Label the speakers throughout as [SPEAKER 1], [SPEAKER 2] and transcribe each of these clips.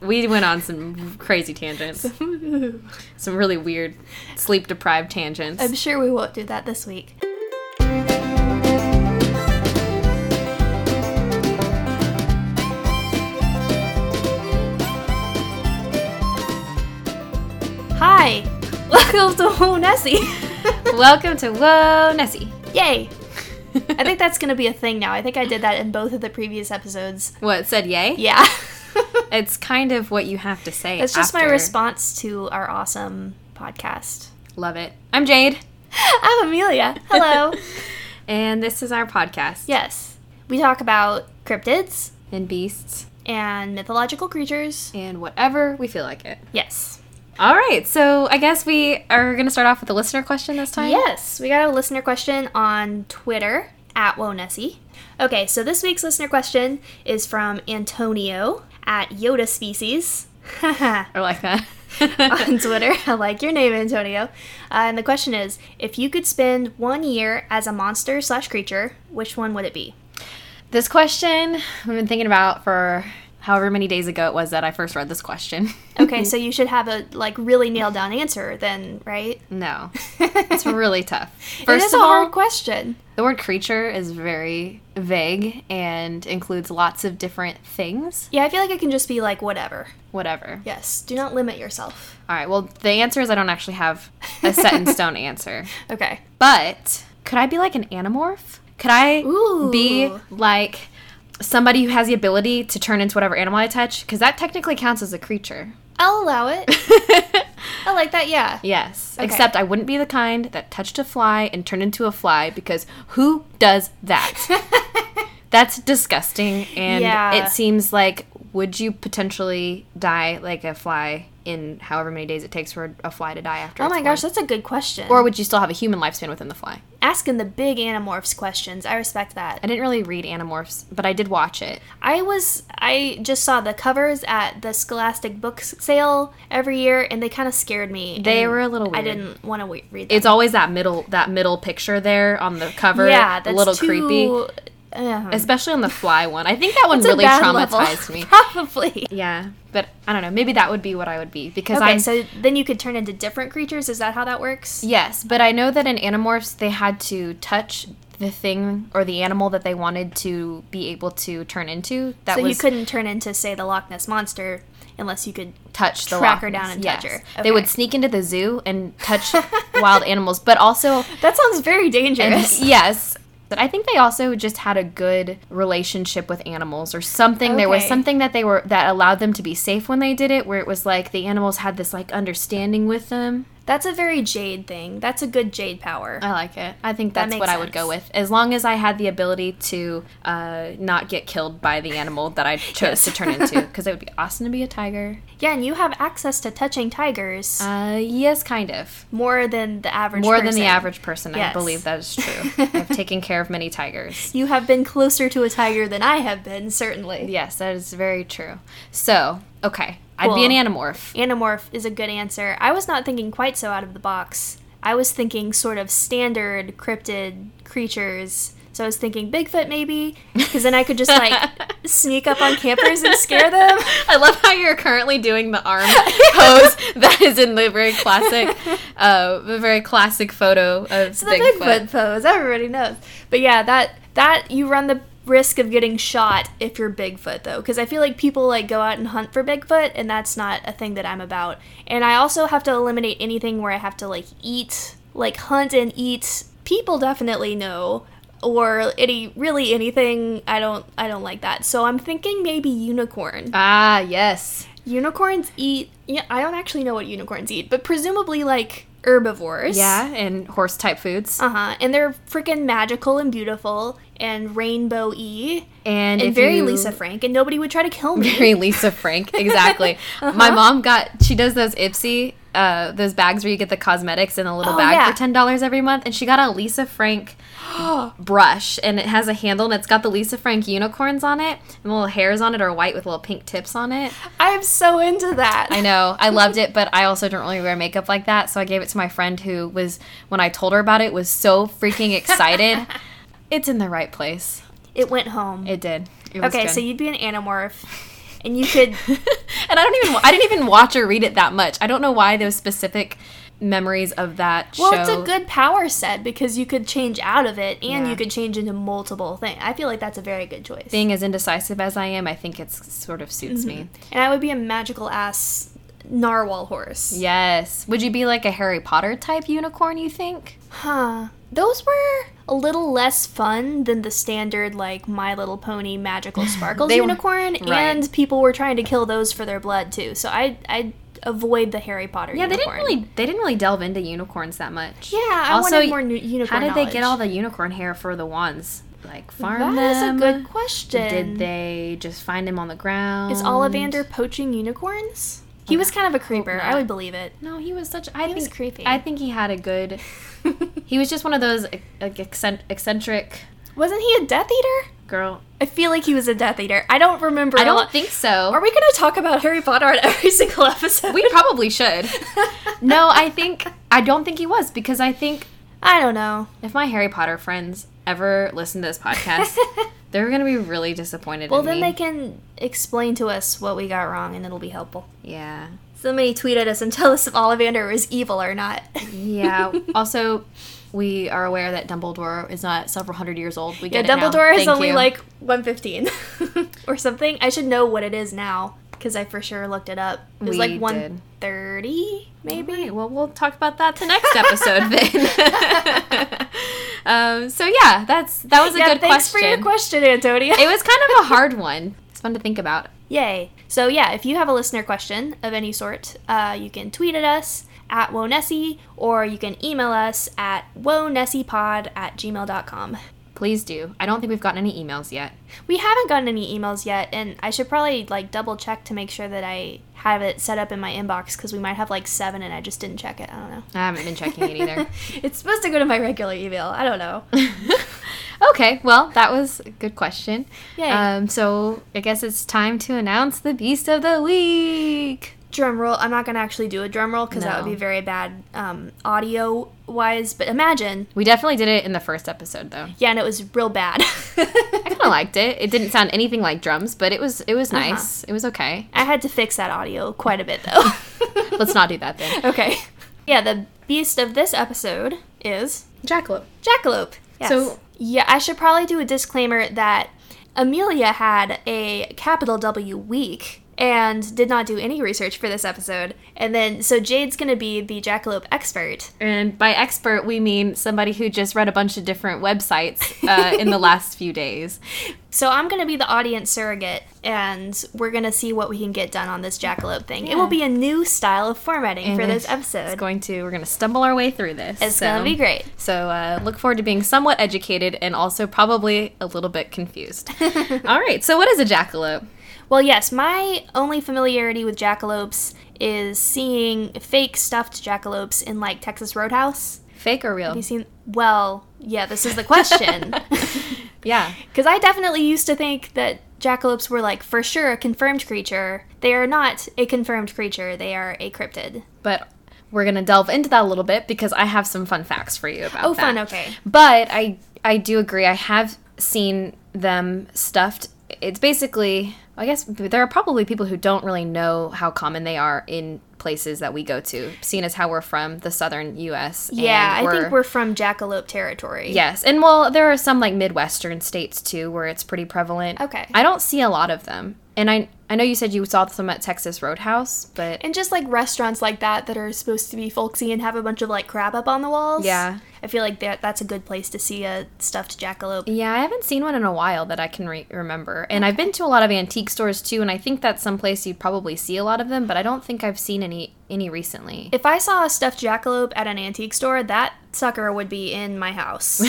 [SPEAKER 1] we went on some crazy tangents, some really weird sleep deprived tangents.
[SPEAKER 2] I'm sure we won't do that this week. Hi, welcome to Home Nessie.
[SPEAKER 1] Welcome to Whoa Nessie.
[SPEAKER 2] Yay! I think that's gonna be a thing now. I think I did that in both of the previous episodes.
[SPEAKER 1] What said yay?
[SPEAKER 2] Yeah.
[SPEAKER 1] It's kind of what you have to say.
[SPEAKER 2] That's just my
[SPEAKER 1] after.
[SPEAKER 2] response to our awesome podcast.
[SPEAKER 1] Love it. I'm Jade,
[SPEAKER 2] I'm Amelia. Hello.
[SPEAKER 1] and this is our podcast.
[SPEAKER 2] yes. We talk about cryptids
[SPEAKER 1] And beasts
[SPEAKER 2] and mythological creatures.
[SPEAKER 1] and whatever we feel like it.
[SPEAKER 2] Yes.
[SPEAKER 1] All right, so I guess we are going to start off with a listener question this time.
[SPEAKER 2] Yes. We got a listener question on Twitter at Wonessie. Okay, so this week's listener question is from Antonio at Yoda Species.
[SPEAKER 1] I like that.
[SPEAKER 2] on Twitter. I like your name, Antonio. Uh, and the question is if you could spend one year as a monster slash creature, which one would it be?
[SPEAKER 1] This question I've been thinking about for however many days ago it was that I first read this question.
[SPEAKER 2] Okay, so you should have a like really nailed down answer then, right?
[SPEAKER 1] No,
[SPEAKER 2] it's
[SPEAKER 1] it's really tough.
[SPEAKER 2] it
[SPEAKER 1] First
[SPEAKER 2] is
[SPEAKER 1] of
[SPEAKER 2] a
[SPEAKER 1] all,
[SPEAKER 2] hard question.
[SPEAKER 1] the word creature is very vague and includes lots of different things.
[SPEAKER 2] Yeah, I feel like it can just be like whatever.
[SPEAKER 1] Whatever.
[SPEAKER 2] Yes, do not limit yourself.
[SPEAKER 1] All right, well, the answer is I don't actually have a set in stone answer.
[SPEAKER 2] Okay.
[SPEAKER 1] But could I be like an animorph? Could I
[SPEAKER 2] Ooh.
[SPEAKER 1] be like somebody who has the ability to turn into whatever animal I touch? Because that technically counts as a creature.
[SPEAKER 2] I'll allow it. I like that, yeah.
[SPEAKER 1] yes. Except I wouldn't be the kind that touched a fly and turned into a fly because who does that? That's disgusting. And
[SPEAKER 2] Yeah.
[SPEAKER 1] it seems like, would you potentially die like a fly in however many days it takes for a fly to die after?
[SPEAKER 2] Oh
[SPEAKER 1] it's
[SPEAKER 2] my
[SPEAKER 1] born?
[SPEAKER 2] gosh, that's a good question.
[SPEAKER 1] Or would you still have a human lifespan within the fly?
[SPEAKER 2] asking the big anamorphs questions. I respect that.
[SPEAKER 1] I didn't really read Animorphs, but I did watch it.
[SPEAKER 2] I was I just saw the covers at the Scholastic book sale every year, and they kind of scared me.
[SPEAKER 1] They
[SPEAKER 2] and
[SPEAKER 1] were a little weird.
[SPEAKER 2] I didn't want to we- read them.
[SPEAKER 1] It's always that middle that middle picture there on the cover.
[SPEAKER 2] yeah, that's
[SPEAKER 1] a little
[SPEAKER 2] too,
[SPEAKER 1] creepy,
[SPEAKER 2] um,
[SPEAKER 1] especially on the fly one. I think that one
[SPEAKER 2] it's a
[SPEAKER 1] really
[SPEAKER 2] bad
[SPEAKER 1] traumatized
[SPEAKER 2] level.
[SPEAKER 1] me.
[SPEAKER 2] Probably.
[SPEAKER 1] Yeah, but I don't know. Maybe that would be what I would be because
[SPEAKER 2] Okay,
[SPEAKER 1] I'm
[SPEAKER 2] so then you could turn into different creatures. Is that how that works?
[SPEAKER 1] yes. But I know that in Animorphs they had to touch the thing or the animal that they wanted to be able to turn into. That
[SPEAKER 2] so
[SPEAKER 1] was
[SPEAKER 2] you couldn't turn into, say, the Loch Ness monster unless you could.
[SPEAKER 1] touch the
[SPEAKER 2] track her
[SPEAKER 1] Loch
[SPEAKER 2] down
[SPEAKER 1] Ness.
[SPEAKER 2] and touch her.
[SPEAKER 1] They would
[SPEAKER 2] Okay.
[SPEAKER 1] sneak into the zoo and touch wild animals, but also
[SPEAKER 2] That sounds very dangerous.
[SPEAKER 1] yes. But I think they also just had a good relationship with animals or something. There was
[SPEAKER 2] Okay.
[SPEAKER 1] something that they were that allowed them to be safe when they did it where it was like the animals had this like understanding with them.
[SPEAKER 2] That's a very Jade thing. That's a good Jade power.
[SPEAKER 1] I like it. I think that's
[SPEAKER 2] makes
[SPEAKER 1] what I would go
[SPEAKER 2] sense.
[SPEAKER 1] with. As long as I had the ability to uh, not get killed by the animal that I chose to turn into because it would be awesome to be a tiger.
[SPEAKER 2] yeah, and you have access to touching tigers
[SPEAKER 1] Uh, yes, kind of.
[SPEAKER 2] more than the average.
[SPEAKER 1] More than the
[SPEAKER 2] person.
[SPEAKER 1] average person.
[SPEAKER 2] Yes.
[SPEAKER 1] I believe that is true. I've taken care of many tigers.
[SPEAKER 2] You have been closer to a tiger than I have been, certainly.
[SPEAKER 1] Yes, that is very true. So, okay, I'd be
[SPEAKER 2] Cool.
[SPEAKER 1] an animorph.
[SPEAKER 2] Animorph is a good answer. I was not thinking quite so out of the box. I was thinking sort of standard cryptid creatures. So I was thinking Bigfoot maybe, because then I could just like sneak up on campers and scare them.
[SPEAKER 1] I love how you're currently doing the arm pose that is in the very classic, uh, the very classic photo of
[SPEAKER 2] It's the
[SPEAKER 1] Bigfoot.
[SPEAKER 2] Bigfoot. pose. Everybody knows. But yeah, that that you run the risk of getting shot if you're Bigfoot though, because I feel like people like go out and hunt for Bigfoot, and that's not a thing that I'm about. And I also have to eliminate anything where I have to like eat, like hunt and eat. People definitely know, or any really anything. I don't I don't like that. So I'm thinking maybe unicorn.
[SPEAKER 1] Ah, yes.
[SPEAKER 2] Unicorns eat. Yeah, I don't actually know what unicorns eat, but presumably like herbivores.
[SPEAKER 1] Yeah, and horse type foods.
[SPEAKER 2] Uh huh. And they're freaking magical and beautiful and rainbow y
[SPEAKER 1] and
[SPEAKER 2] and
[SPEAKER 1] if
[SPEAKER 2] very
[SPEAKER 1] you-
[SPEAKER 2] Lisa Frank, and nobody would try to kill me.
[SPEAKER 1] Very Lisa Frank, exactly.
[SPEAKER 2] Uh-huh.
[SPEAKER 1] My mom got, she does those Ipsy, uh, those bags where you get the cosmetics in a little
[SPEAKER 2] Oh,
[SPEAKER 1] bag
[SPEAKER 2] yeah.
[SPEAKER 1] for $10 every month, and she got a Lisa Frank brush, and it has a handle, and it's got the Lisa Frank unicorns on it, and the little hairs on it are white with little pink tips on it.
[SPEAKER 2] I am so into that.
[SPEAKER 1] I know, I loved it, but I also don't really wear makeup like that, so I gave it to my friend who was, when I told her about it, was so freaking excited. it's in the right place.
[SPEAKER 2] It went home.
[SPEAKER 1] It did. It was
[SPEAKER 2] okay,
[SPEAKER 1] good.
[SPEAKER 2] so you'd be an anamorph. and you could
[SPEAKER 1] and I don't even I didn't even watch or read it that much. I don't know why those specific memories of that
[SPEAKER 2] well,
[SPEAKER 1] show.
[SPEAKER 2] it's a good power set because you could change out of it and
[SPEAKER 1] Yeah.
[SPEAKER 2] you could change into multiple things. I feel like that's a very good choice.
[SPEAKER 1] being as indecisive as I am, I think it sort of suits me.
[SPEAKER 2] And I would be a magical ass narwhal horse.
[SPEAKER 1] Yes. Would you be like a Harry Potter type unicorn, you think?
[SPEAKER 2] Huh. Those were a little less fun than the standard like My Little Pony magical sparkles
[SPEAKER 1] They were-
[SPEAKER 2] unicorn
[SPEAKER 1] right.
[SPEAKER 2] and people were trying to kill those for their blood too. So I I avoid the Harry Potter
[SPEAKER 1] Yeah, they
[SPEAKER 2] unicorn.
[SPEAKER 1] didn't really they didn't really delve into unicorns that much.
[SPEAKER 2] Yeah, I
[SPEAKER 1] Also,
[SPEAKER 2] wanted more nu- unicorn
[SPEAKER 1] How did they get all
[SPEAKER 2] knowledge.
[SPEAKER 1] the unicorn hair for the wands? Like farm
[SPEAKER 2] That is a
[SPEAKER 1] them?
[SPEAKER 2] good question.
[SPEAKER 1] Did they just find him on the ground?
[SPEAKER 2] Is Ollivander poaching unicorns? He was kind of a creeper. I
[SPEAKER 1] not.
[SPEAKER 2] would believe it.
[SPEAKER 1] No, he was such. I think
[SPEAKER 2] was creepy.
[SPEAKER 1] I think he had a good. he was just one of those like eccent- eccentric
[SPEAKER 2] Wasn't he a Death Eater?
[SPEAKER 1] girl.
[SPEAKER 2] I feel like he was a Death Eater. I don't remember.
[SPEAKER 1] I
[SPEAKER 2] a
[SPEAKER 1] don't
[SPEAKER 2] lot-
[SPEAKER 1] think so.
[SPEAKER 2] Are we going to talk about Harry Potter on every single episode?
[SPEAKER 1] we probably should. No, I think I don't think he was because I think
[SPEAKER 2] I don't know.
[SPEAKER 1] if my Harry Potter friends ever listen to this podcast, they're gonna be really disappointed.
[SPEAKER 2] well,
[SPEAKER 1] in
[SPEAKER 2] then
[SPEAKER 1] me.
[SPEAKER 2] they can explain to us what we got wrong, and it'll be helpful.
[SPEAKER 1] Yeah.
[SPEAKER 2] Somebody tweet at us and tell us if Ollivander is evil or not.
[SPEAKER 1] Yeah. also, we are aware that Dumbledore is not several hundred years old. We
[SPEAKER 2] yeah,
[SPEAKER 1] get it now.
[SPEAKER 2] Dumbledore is
[SPEAKER 1] Thank
[SPEAKER 2] only
[SPEAKER 1] you.
[SPEAKER 2] like 115 or something. I should know what it is now because I for sure looked it up. It was
[SPEAKER 1] We
[SPEAKER 2] like
[SPEAKER 1] did.
[SPEAKER 2] 130, maybe.
[SPEAKER 1] Alright, well, we'll talk about that the next episode then. um, so yeah, that's that was a
[SPEAKER 2] yeah,
[SPEAKER 1] good
[SPEAKER 2] thanks
[SPEAKER 1] question.
[SPEAKER 2] for your question, Antonia.
[SPEAKER 1] it was kind of a hard one. It's fun to think about.
[SPEAKER 2] Yay. So, yeah, if you have a listener question of any sort, uh, you can tweet at us at Wonessie or you can email us at wonessiepod at gmail.com.
[SPEAKER 1] Please do. I don't think we've gotten any emails yet.
[SPEAKER 2] We haven't gotten any emails yet, and I should probably like double check to make sure that I have it set up in my inbox because we might have like seven and I just didn't check it. I don't know.
[SPEAKER 1] I haven't been checking it either.
[SPEAKER 2] it's supposed to go to my regular email. I don't know.
[SPEAKER 1] okay, well, that was a good question.
[SPEAKER 2] Yay.
[SPEAKER 1] Um, so I guess it's time to announce the beast of the week.
[SPEAKER 2] drum roll. I'm not going to actually do a drum roll because that would
[SPEAKER 1] No.
[SPEAKER 2] be very bad um, audio wise, but imagine.
[SPEAKER 1] We definitely did it in the first episode though.
[SPEAKER 2] Yeah, and it was real bad.
[SPEAKER 1] I kind of liked it. It didn't sound anything like drums, but it was it was nice. It was okay.
[SPEAKER 2] I had to fix that audio quite a bit though.
[SPEAKER 1] Let's not do that then.
[SPEAKER 2] okay. Yeah, the beast of this episode is
[SPEAKER 1] Jackalope.
[SPEAKER 2] jackalope. Yes.
[SPEAKER 1] So-
[SPEAKER 2] yeah, I should probably do a disclaimer that Amelia had a capital W week and did not do any research for this episode. And then so Jade's going to be the jackalope expert.
[SPEAKER 1] And by expert, we mean somebody who just read a bunch of different websites uh, in the last few days.
[SPEAKER 2] So I'm going to be the audience surrogate and we're going to see what we can get done on this jackalope thing. It will be a new style of formatting for
[SPEAKER 1] And
[SPEAKER 2] this
[SPEAKER 1] it's-
[SPEAKER 2] episode.
[SPEAKER 1] It's going to we're going to stumble our way through this.
[SPEAKER 2] it's going to be great.
[SPEAKER 1] So uh, look forward to being somewhat educated and also probably a little bit confused. All right. So what is a jackalope?
[SPEAKER 2] Well, yes, my only familiarity with jackalopes is seeing fake stuffed jackalopes in like Texas Roadhouse.
[SPEAKER 1] Fake or real?
[SPEAKER 2] You seen? Well, yeah, this is the question.
[SPEAKER 1] Yeah.
[SPEAKER 2] Because I definitely used to think that jackalopes were like for sure a confirmed creature. They are not a confirmed creature. They are a cryptid.
[SPEAKER 1] But we're going to delve into that a little bit because I have some fun facts for you about
[SPEAKER 2] Oh,
[SPEAKER 1] that.
[SPEAKER 2] fun. Okay.
[SPEAKER 1] But I I do agree. I have seen them stuffed. It's basically I guess there are probably people who don't really know how common they are in places that we go to, seeing as how we're from the southern U.S. and
[SPEAKER 2] Yeah, I think we're from jackalope territory.
[SPEAKER 1] yes, and well, there are some like midwestern states too where it's pretty prevalent.
[SPEAKER 2] Okay.
[SPEAKER 1] I don't see a lot of them, and I I know you said you saw some at Texas Roadhouse, but
[SPEAKER 2] And just like restaurants like that that are supposed to be folksy and have a bunch of like crab up on the walls.
[SPEAKER 1] Yeah.
[SPEAKER 2] I feel like that that's a good place to see a stuffed jackalope.
[SPEAKER 1] Yeah, I haven't seen one in a while that I can re- remember. And I've been to a lot of antique stores too, and I think that's someplace you probably see a lot of them, but I don't think I've seen any any recently.
[SPEAKER 2] If I saw a stuffed jackalope at an antique store, that sucker would be in my house.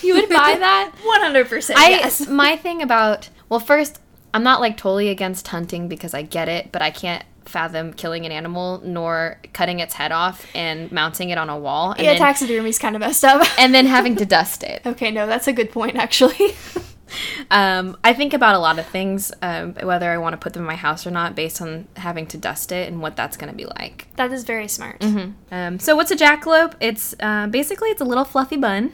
[SPEAKER 1] You would buy that?
[SPEAKER 2] 100%.
[SPEAKER 1] I
[SPEAKER 2] yes.
[SPEAKER 1] my thing about well, first, I'm not like totally against hunting because I get it, but I can't fathom killing an animal nor cutting its head off and mounting it on a wall and
[SPEAKER 2] Yeah,
[SPEAKER 1] then,
[SPEAKER 2] taxidermy's kind of messed up.
[SPEAKER 1] and then having to dust it.
[SPEAKER 2] okay, no, that's a good point, actually.
[SPEAKER 1] Um, I think about a lot of things, um, whether I want to put them in my house or not, based on having to dust it and what that's going to be like.
[SPEAKER 2] that is very smart.
[SPEAKER 1] Um, so what's a jackalope? It's uh, basically it's a little fluffy bun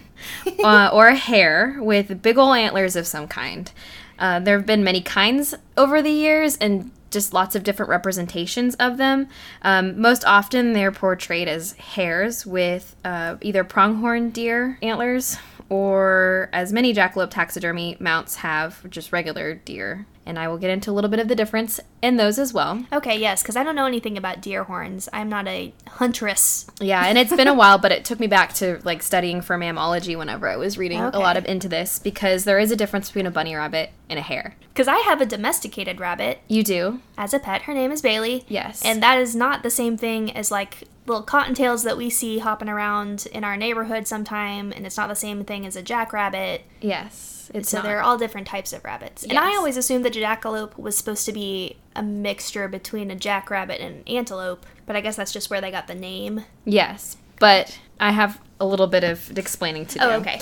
[SPEAKER 1] uh, or a hare with big ol' antlers of some kind. Uh, there have been many kinds over the years and just lots of different representations of them. Um, most often, they're portrayed as hares with uh, either pronghorn deer antlers or as many jackalope taxidermy mounts have, just regular deer. And I will get into a little bit of the difference in those as well.
[SPEAKER 2] Okay, yes, because I don't know anything about deer horns. I'm not a huntress.
[SPEAKER 1] Yeah, and it's been a while, but it took me back to like studying for mammalogy whenever I was reading a lot of into this because there is a difference between a bunny rabbit and a hare.
[SPEAKER 2] Because I have a domesticated rabbit
[SPEAKER 1] You do?
[SPEAKER 2] as a pet. Her name is Bailey.
[SPEAKER 1] Yes.
[SPEAKER 2] And that is not the same thing as like little cottontails that we see hopping around in our neighborhood sometime. And it's not the same thing as a jackrabbit.
[SPEAKER 1] Yes. It's
[SPEAKER 2] So
[SPEAKER 1] not.
[SPEAKER 2] they're all different types of rabbits. And I
[SPEAKER 1] Yes.
[SPEAKER 2] always assumed that jackalope was supposed to be a mixture between a jackrabbit and an antelope, but I guess that's just where they got the name.
[SPEAKER 1] Yes, but I have a little bit of explaining to do.
[SPEAKER 2] Oh, okay.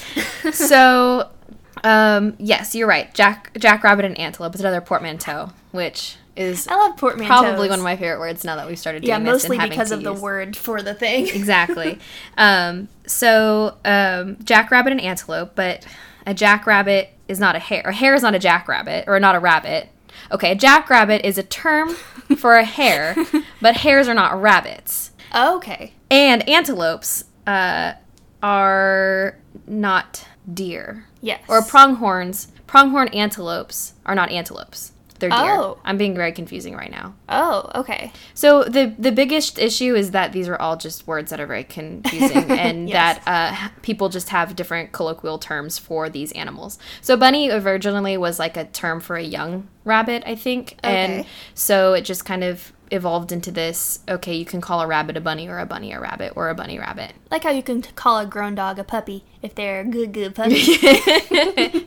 [SPEAKER 1] so, um, yes, you're right. Jack Jackrabbit and antelope is another portmanteau, which is
[SPEAKER 2] I love Oh, portmanteaus.
[SPEAKER 1] probably one of my favorite words now that we've started doing
[SPEAKER 2] Yeah,
[SPEAKER 1] this
[SPEAKER 2] mostly
[SPEAKER 1] and having
[SPEAKER 2] because
[SPEAKER 1] to
[SPEAKER 2] of the
[SPEAKER 1] use-
[SPEAKER 2] word for the thing.
[SPEAKER 1] exactly. Um, so um, jackrabbit and antelope, but a jackrabbit is not a hare. A hare is not a jackrabbit or not a rabbit. Okay, a jackrabbit is a term for a hare, but hares are not rabbits.
[SPEAKER 2] Oh, okay.
[SPEAKER 1] And antelopes uh, are not deer.
[SPEAKER 2] Yes.
[SPEAKER 1] Or pronghorns. Pronghorn antelopes are not antelopes. They're deer.
[SPEAKER 2] Oh.
[SPEAKER 1] I'm being very confusing right now.
[SPEAKER 2] oh, okay.
[SPEAKER 1] So the the biggest issue is that these are all just words that are very confusing, and
[SPEAKER 2] Yes.
[SPEAKER 1] that uh, people just have different colloquial terms for these animals. So bunny originally was like a term for a young rabbit, I think, and
[SPEAKER 2] Okay.
[SPEAKER 1] so it just kind of evolved into this. Okay, you can call a rabbit a bunny, or a bunny a rabbit, or a bunny rabbit.
[SPEAKER 2] Like how you can t- call a grown dog a puppy if they're a good, good puppy.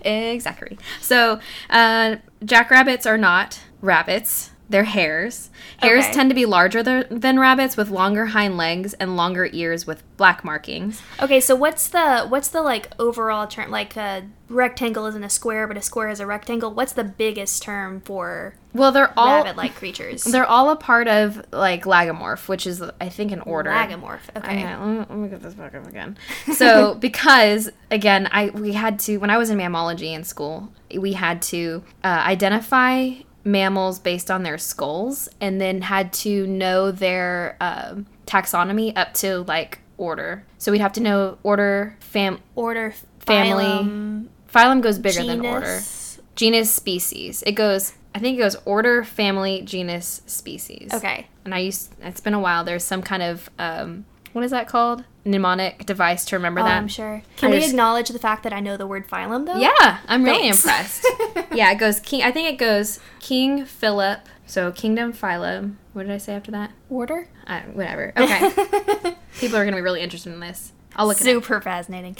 [SPEAKER 1] exactly. So, uh, jackrabbits are not rabbits. They're hares. Hares
[SPEAKER 2] Okay.
[SPEAKER 1] tend to be larger th- than rabbits with longer hind legs and longer ears with black markings.
[SPEAKER 2] okay, so what's the what's the like overall term? Like a rectangle isn't a square, but a square is a rectangle. What's the biggest term for
[SPEAKER 1] Well, they're all
[SPEAKER 2] rabbit-like creatures?
[SPEAKER 1] they're all a part of like lagomorph, which is I think an order.
[SPEAKER 2] Lagomorph. Okay.
[SPEAKER 1] Okay, let me, let me get this back up again. So, because again, I we had to when I was in mammalogy in school, we had to uh, identify mammals based on their skulls, and then had to know their um, taxonomy up to like order. So we'd have to know order, fam,
[SPEAKER 2] Order
[SPEAKER 1] Family,
[SPEAKER 2] phylum,
[SPEAKER 1] phylum goes bigger than order,
[SPEAKER 2] genus.
[SPEAKER 1] genus, species. It goes. I think it goes order, family, genus, species.
[SPEAKER 2] Okay.
[SPEAKER 1] and I used. It's been a while. There's some kind of um, what is that called? Mnemonic device to remember
[SPEAKER 2] Oh,
[SPEAKER 1] that.
[SPEAKER 2] I'm sure. Can
[SPEAKER 1] I
[SPEAKER 2] we
[SPEAKER 1] just-
[SPEAKER 2] acknowledge the fact that I know the word phylum though?
[SPEAKER 1] Yeah, I'm really
[SPEAKER 2] Thanks.
[SPEAKER 1] impressed. yeah, it goes king. I think it goes King Philip. So kingdom phylum. What did I say after that?
[SPEAKER 2] Order.
[SPEAKER 1] I, whatever. Okay, people are gonna be really interested in this. I'll look at it.
[SPEAKER 2] Super fascinating.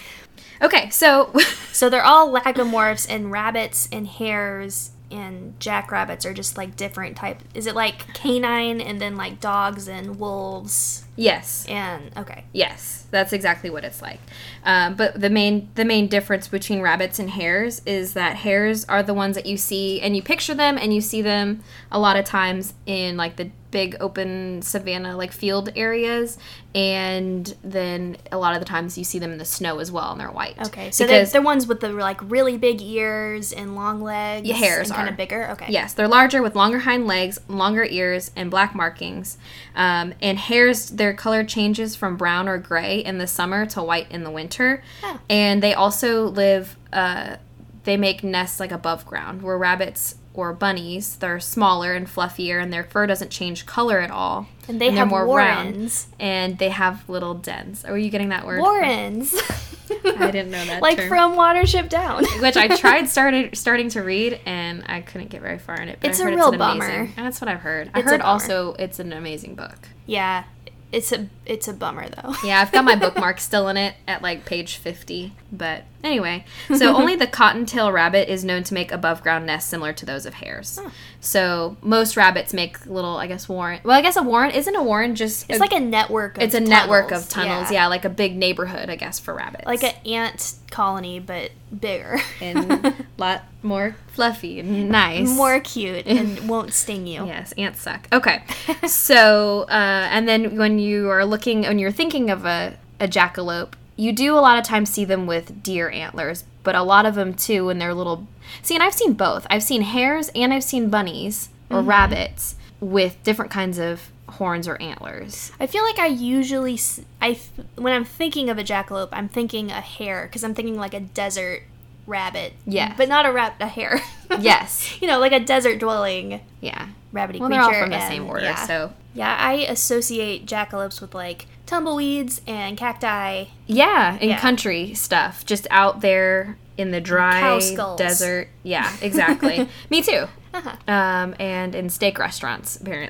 [SPEAKER 1] up. Okay, so
[SPEAKER 2] So they're all lagomorphs and rabbits and hares and jackrabbits are just like different type. Is it like canine and then like dogs and wolves
[SPEAKER 1] yes,
[SPEAKER 2] and okay.
[SPEAKER 1] Yes, that's exactly what it's like. Um, but the main the main difference between rabbits and hares is that hares are the ones that you see and you picture them and you see them a lot of times in like the big open savanna like field areas and then a lot of the times you see them in the snow as well and they're white.
[SPEAKER 2] Okay. So
[SPEAKER 1] because
[SPEAKER 2] they're, they're ones with the like really big ears and long legs.
[SPEAKER 1] Yeah, hares
[SPEAKER 2] and kind
[SPEAKER 1] are.
[SPEAKER 2] of bigger. Okay.
[SPEAKER 1] Yes, they're larger with longer hind legs, longer ears, and black markings. Um, and hares, their color changes from brown or gray in the summer to white in the winter.
[SPEAKER 2] Oh.
[SPEAKER 1] And they also live, uh, they make nests like above ground, where rabbits or bunnies, they're smaller and fluffier, and their fur doesn't change color at all.
[SPEAKER 2] And they
[SPEAKER 1] And they're
[SPEAKER 2] have
[SPEAKER 1] more round.
[SPEAKER 2] warrens.
[SPEAKER 1] And they have little dens. Are you getting that word?
[SPEAKER 2] Warrens.
[SPEAKER 1] I didn't know that.
[SPEAKER 2] like
[SPEAKER 1] term.
[SPEAKER 2] from Watership Down.
[SPEAKER 1] which I tried started starting to read and I couldn't get very far in it. But
[SPEAKER 2] It's
[SPEAKER 1] I
[SPEAKER 2] a
[SPEAKER 1] heard
[SPEAKER 2] real
[SPEAKER 1] it's an
[SPEAKER 2] bummer.
[SPEAKER 1] Amazing, that's what I've heard. I
[SPEAKER 2] It's a
[SPEAKER 1] heard
[SPEAKER 2] bummer.
[SPEAKER 1] also it's an amazing book.
[SPEAKER 2] Yeah, it's a it's a bummer though.
[SPEAKER 1] Yeah, I've got my bookmark still in it at like page 50. But anyway, so only the cottontail rabbit is known to make above ground nests similar to those of hares. So most rabbits make little, I guess, warren. Well, I guess a warren isn't a warren just.
[SPEAKER 2] It's like a network. Of
[SPEAKER 1] it's a network
[SPEAKER 2] tunnels,
[SPEAKER 1] of tunnels, yeah. like a big neighborhood, I guess, for rabbits.
[SPEAKER 2] like an ant colony but bigger,
[SPEAKER 1] and a lot more fluffy and nice.
[SPEAKER 2] more cute, and won't sting you.
[SPEAKER 1] Yes, ants suck. Okay. so, uh, and then when you are looking, when you're thinking of a, a jackalope, you do a lot of times see them with deer antlers, but a lot of them too, when they're little. See, and I've seen both. I've seen hares and I've seen bunnies or
[SPEAKER 2] Mm-hmm.
[SPEAKER 1] rabbits with different kinds of horns or antlers.
[SPEAKER 2] I feel like I usually s- I th- when I'm thinking of a jackalope, I'm thinking a hare because I'm thinking like a desert rabbit.
[SPEAKER 1] Yes.
[SPEAKER 2] but not a rabbit, a hare.
[SPEAKER 1] Yes.
[SPEAKER 2] you know, like a desert dwelling
[SPEAKER 1] Yeah.
[SPEAKER 2] rabbity
[SPEAKER 1] Well, they're
[SPEAKER 2] creature.
[SPEAKER 1] all from the
[SPEAKER 2] and-
[SPEAKER 1] same order,
[SPEAKER 2] yeah.
[SPEAKER 1] so
[SPEAKER 2] yeah, I associate jackalopes with like tumbleweeds and cacti.
[SPEAKER 1] Yeah, in
[SPEAKER 2] Yeah.
[SPEAKER 1] country stuff, just out there in the
[SPEAKER 2] Cow
[SPEAKER 1] dry
[SPEAKER 2] skulls.
[SPEAKER 1] desert. Yeah, exactly. Me too.
[SPEAKER 2] Uh-huh.
[SPEAKER 1] Um, and in steak restaurants, apparently.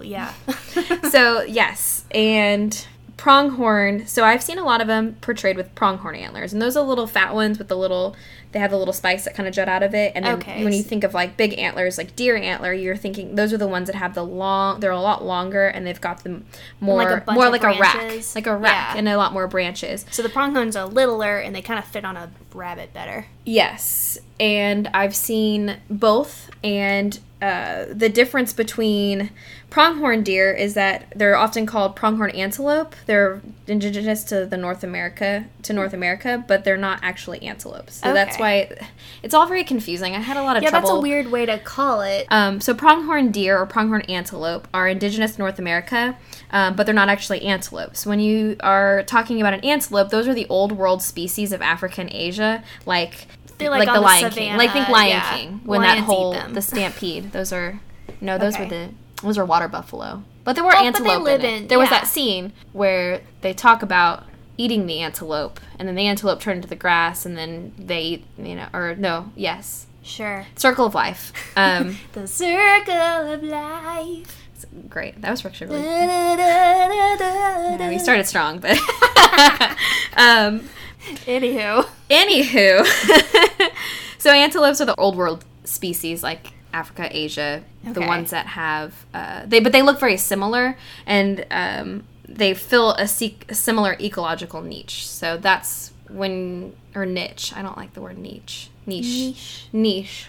[SPEAKER 2] yeah.
[SPEAKER 1] so yes, and pronghorn. So I've seen a lot of them portrayed with pronghorn antlers, and those are little fat ones with the little. They have the little spikes that kind of jut out of it, and then
[SPEAKER 2] Okay.
[SPEAKER 1] when you think of like big antlers, like deer antler, you're thinking those are the ones that have the long. They're a lot longer, and they've got them more
[SPEAKER 2] like, a bunch
[SPEAKER 1] more
[SPEAKER 2] of
[SPEAKER 1] like
[SPEAKER 2] branches.
[SPEAKER 1] a rack, like a rack,
[SPEAKER 2] Yeah.
[SPEAKER 1] and a lot more branches.
[SPEAKER 2] so the pronghorns are littler and they kind of fit on a rabbit better.
[SPEAKER 1] Yes, and I've seen both, and uh, the difference between pronghorn deer is that they're often called pronghorn antelope. They're indigenous to the North America to North America, but they're not actually antelopes. So that's
[SPEAKER 2] Okay.
[SPEAKER 1] why it's all very confusing. I had a lot of
[SPEAKER 2] Yeah,
[SPEAKER 1] trouble.
[SPEAKER 2] that's a weird way to call it.
[SPEAKER 1] Um, so pronghorn deer or pronghorn antelope are indigenous to North America, um, but they're not actually antelopes. When you are talking about an antelope, those are the old world species of Africa and Asia, like
[SPEAKER 2] They're, like,
[SPEAKER 1] the
[SPEAKER 2] on the
[SPEAKER 1] Lion King.
[SPEAKER 2] savannah,
[SPEAKER 1] Like think Lion
[SPEAKER 2] yeah.
[SPEAKER 1] King when
[SPEAKER 2] Lions
[SPEAKER 1] that
[SPEAKER 2] eat
[SPEAKER 1] whole
[SPEAKER 2] them.
[SPEAKER 1] the stampede. Those are no, those were
[SPEAKER 2] Okay.
[SPEAKER 1] the those are water buffalo, but there were
[SPEAKER 2] Oh, but they
[SPEAKER 1] antelope.
[SPEAKER 2] live
[SPEAKER 1] in it.
[SPEAKER 2] in-
[SPEAKER 1] there was
[SPEAKER 2] yeah.
[SPEAKER 1] that scene where they talk about eating the antelope, and then the antelope turned into the grass, and then they eat you know or no yes.
[SPEAKER 2] Sure.
[SPEAKER 1] Circle of life. Um,
[SPEAKER 2] The circle of life.
[SPEAKER 1] great. That was actually really Yeah, we
[SPEAKER 2] We
[SPEAKER 1] started strong, but um,
[SPEAKER 2] Anywho.
[SPEAKER 1] anywho, so antelopes are the old world species, like Africa, Asia, the
[SPEAKER 2] Okay.
[SPEAKER 1] ones that have uh, they, but they look very similar, and um, they fill a, se- a similar ecological niche. So that's when or niche. I don't like the word niche. Niche.
[SPEAKER 2] Niche.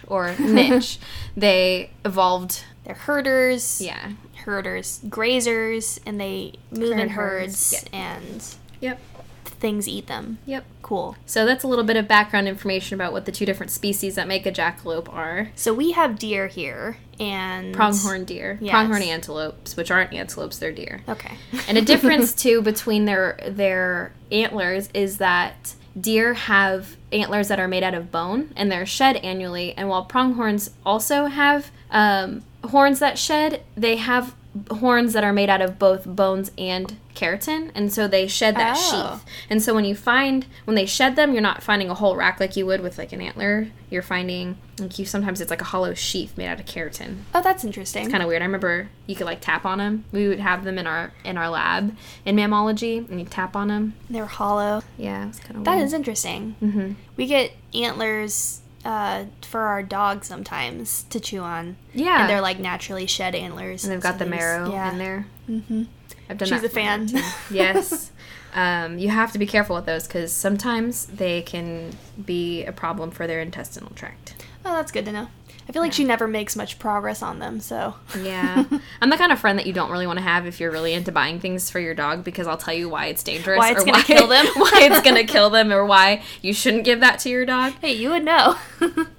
[SPEAKER 1] Niche or niche. they evolved.
[SPEAKER 2] They're herders.
[SPEAKER 1] Yeah.
[SPEAKER 2] Herders. Grazers. And they move in
[SPEAKER 1] Herd herds,
[SPEAKER 2] herds and
[SPEAKER 1] Yep.
[SPEAKER 2] things eat them.
[SPEAKER 1] Yep.
[SPEAKER 2] Cool.
[SPEAKER 1] So that's a little bit of background information about what the two different species that make a jackalope are.
[SPEAKER 2] So we have deer here and
[SPEAKER 1] Pronghorn deer,
[SPEAKER 2] Yes.
[SPEAKER 1] pronghorn antelopes, which aren't antelopes, they're deer.
[SPEAKER 2] Okay.
[SPEAKER 1] And a difference too between their their antlers is that deer have antlers that are made out of bone and they're shed annually, and while pronghorns also have um, horns that shed, they have horns that are made out of both bones and keratin and so they shed that
[SPEAKER 2] Oh.
[SPEAKER 1] sheath and so when you find when they shed them you're not finding a whole rack like you would with like an antler you're finding like you sometimes it's like a hollow sheath made out of keratin
[SPEAKER 2] Oh, that's interesting.
[SPEAKER 1] kind of weird. I remember you could like tap on them. We would have them in our in our lab in mammalogy, and you tap on them.
[SPEAKER 2] They're hollow.
[SPEAKER 1] Yeah, it's kind of
[SPEAKER 2] That
[SPEAKER 1] weird.
[SPEAKER 2] is interesting. Mm-hmm. We get antlers uh, for our dog sometimes to chew on.
[SPEAKER 1] yeah,
[SPEAKER 2] And they're like naturally shed antlers.
[SPEAKER 1] and they've got the marrow in there. Mm-hmm. I've done
[SPEAKER 2] She's
[SPEAKER 1] that
[SPEAKER 2] a
[SPEAKER 1] for my
[SPEAKER 2] fan.
[SPEAKER 1] dog, too. yes. Um, you have to be careful with those because sometimes they can be a problem for their intestinal tract.
[SPEAKER 2] Oh, that's good to know. I feel like she never makes much progress on them, so.
[SPEAKER 1] Yeah. I'm the kind of friend that you don't really want to have if you're really into buying things for your dog because I'll tell you why it's dangerous
[SPEAKER 2] Why it's gonna kill them.
[SPEAKER 1] why it's going to kill them or why you shouldn't give that to your dog.
[SPEAKER 2] Hey, you would know.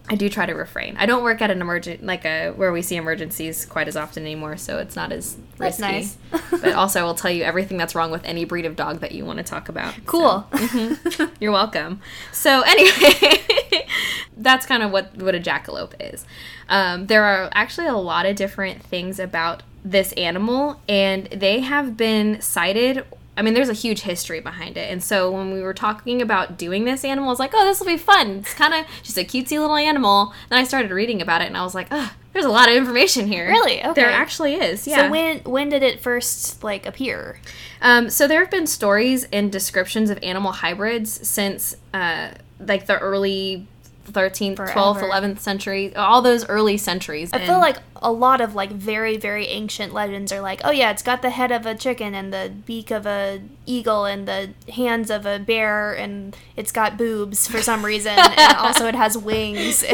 [SPEAKER 1] I do try to refrain. I don't work at an emergent like a where we see emergencies quite as often anymore, so it's not as risky.
[SPEAKER 2] That's nice.
[SPEAKER 1] but also, I will tell you everything that's wrong with any breed of dog that you want to talk about.
[SPEAKER 2] cool. mm-hmm.
[SPEAKER 1] So, you're welcome. So anyway, that's kind of what what a jackalope is. Um, there are actually a lot of different things about this animal, and they have been cited. I mean, there's a huge history behind it. And so when we were talking about doing this animal, I was like, oh, this will be fun. It's kind of just a cutesy little animal. Then I started reading about it, and I was like, oh, there's a lot of information here.
[SPEAKER 2] Really?
[SPEAKER 1] There
[SPEAKER 2] Okay.
[SPEAKER 1] actually is. Yeah.
[SPEAKER 2] So when when did it first like appear?
[SPEAKER 1] Um, so there have been stories and descriptions of animal hybrids since uh, like the early 13th, 12th,
[SPEAKER 2] Forever.
[SPEAKER 1] 11th century, all those early centuries.
[SPEAKER 2] I feel like a lot of like very very ancient legends are like, oh yeah, it's got the head of a chicken and the beak of a eagle and the hands of a bear and it's got boobs for some reason and also it has wings.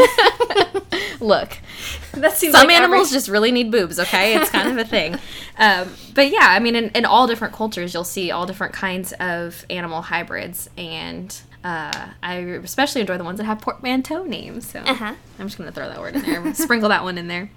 [SPEAKER 1] look,
[SPEAKER 2] that seems
[SPEAKER 1] some
[SPEAKER 2] like every-
[SPEAKER 1] animals just really need boobs, okay? It's kind of a thing. Um, but yeah, I mean, in, in all different cultures, you'll see all different kinds of animal hybrids and. Uh, I especially enjoy the ones that have portmanteau names. So
[SPEAKER 2] Uh-huh.
[SPEAKER 1] I'm just going to throw that word in there, sprinkle that one in there.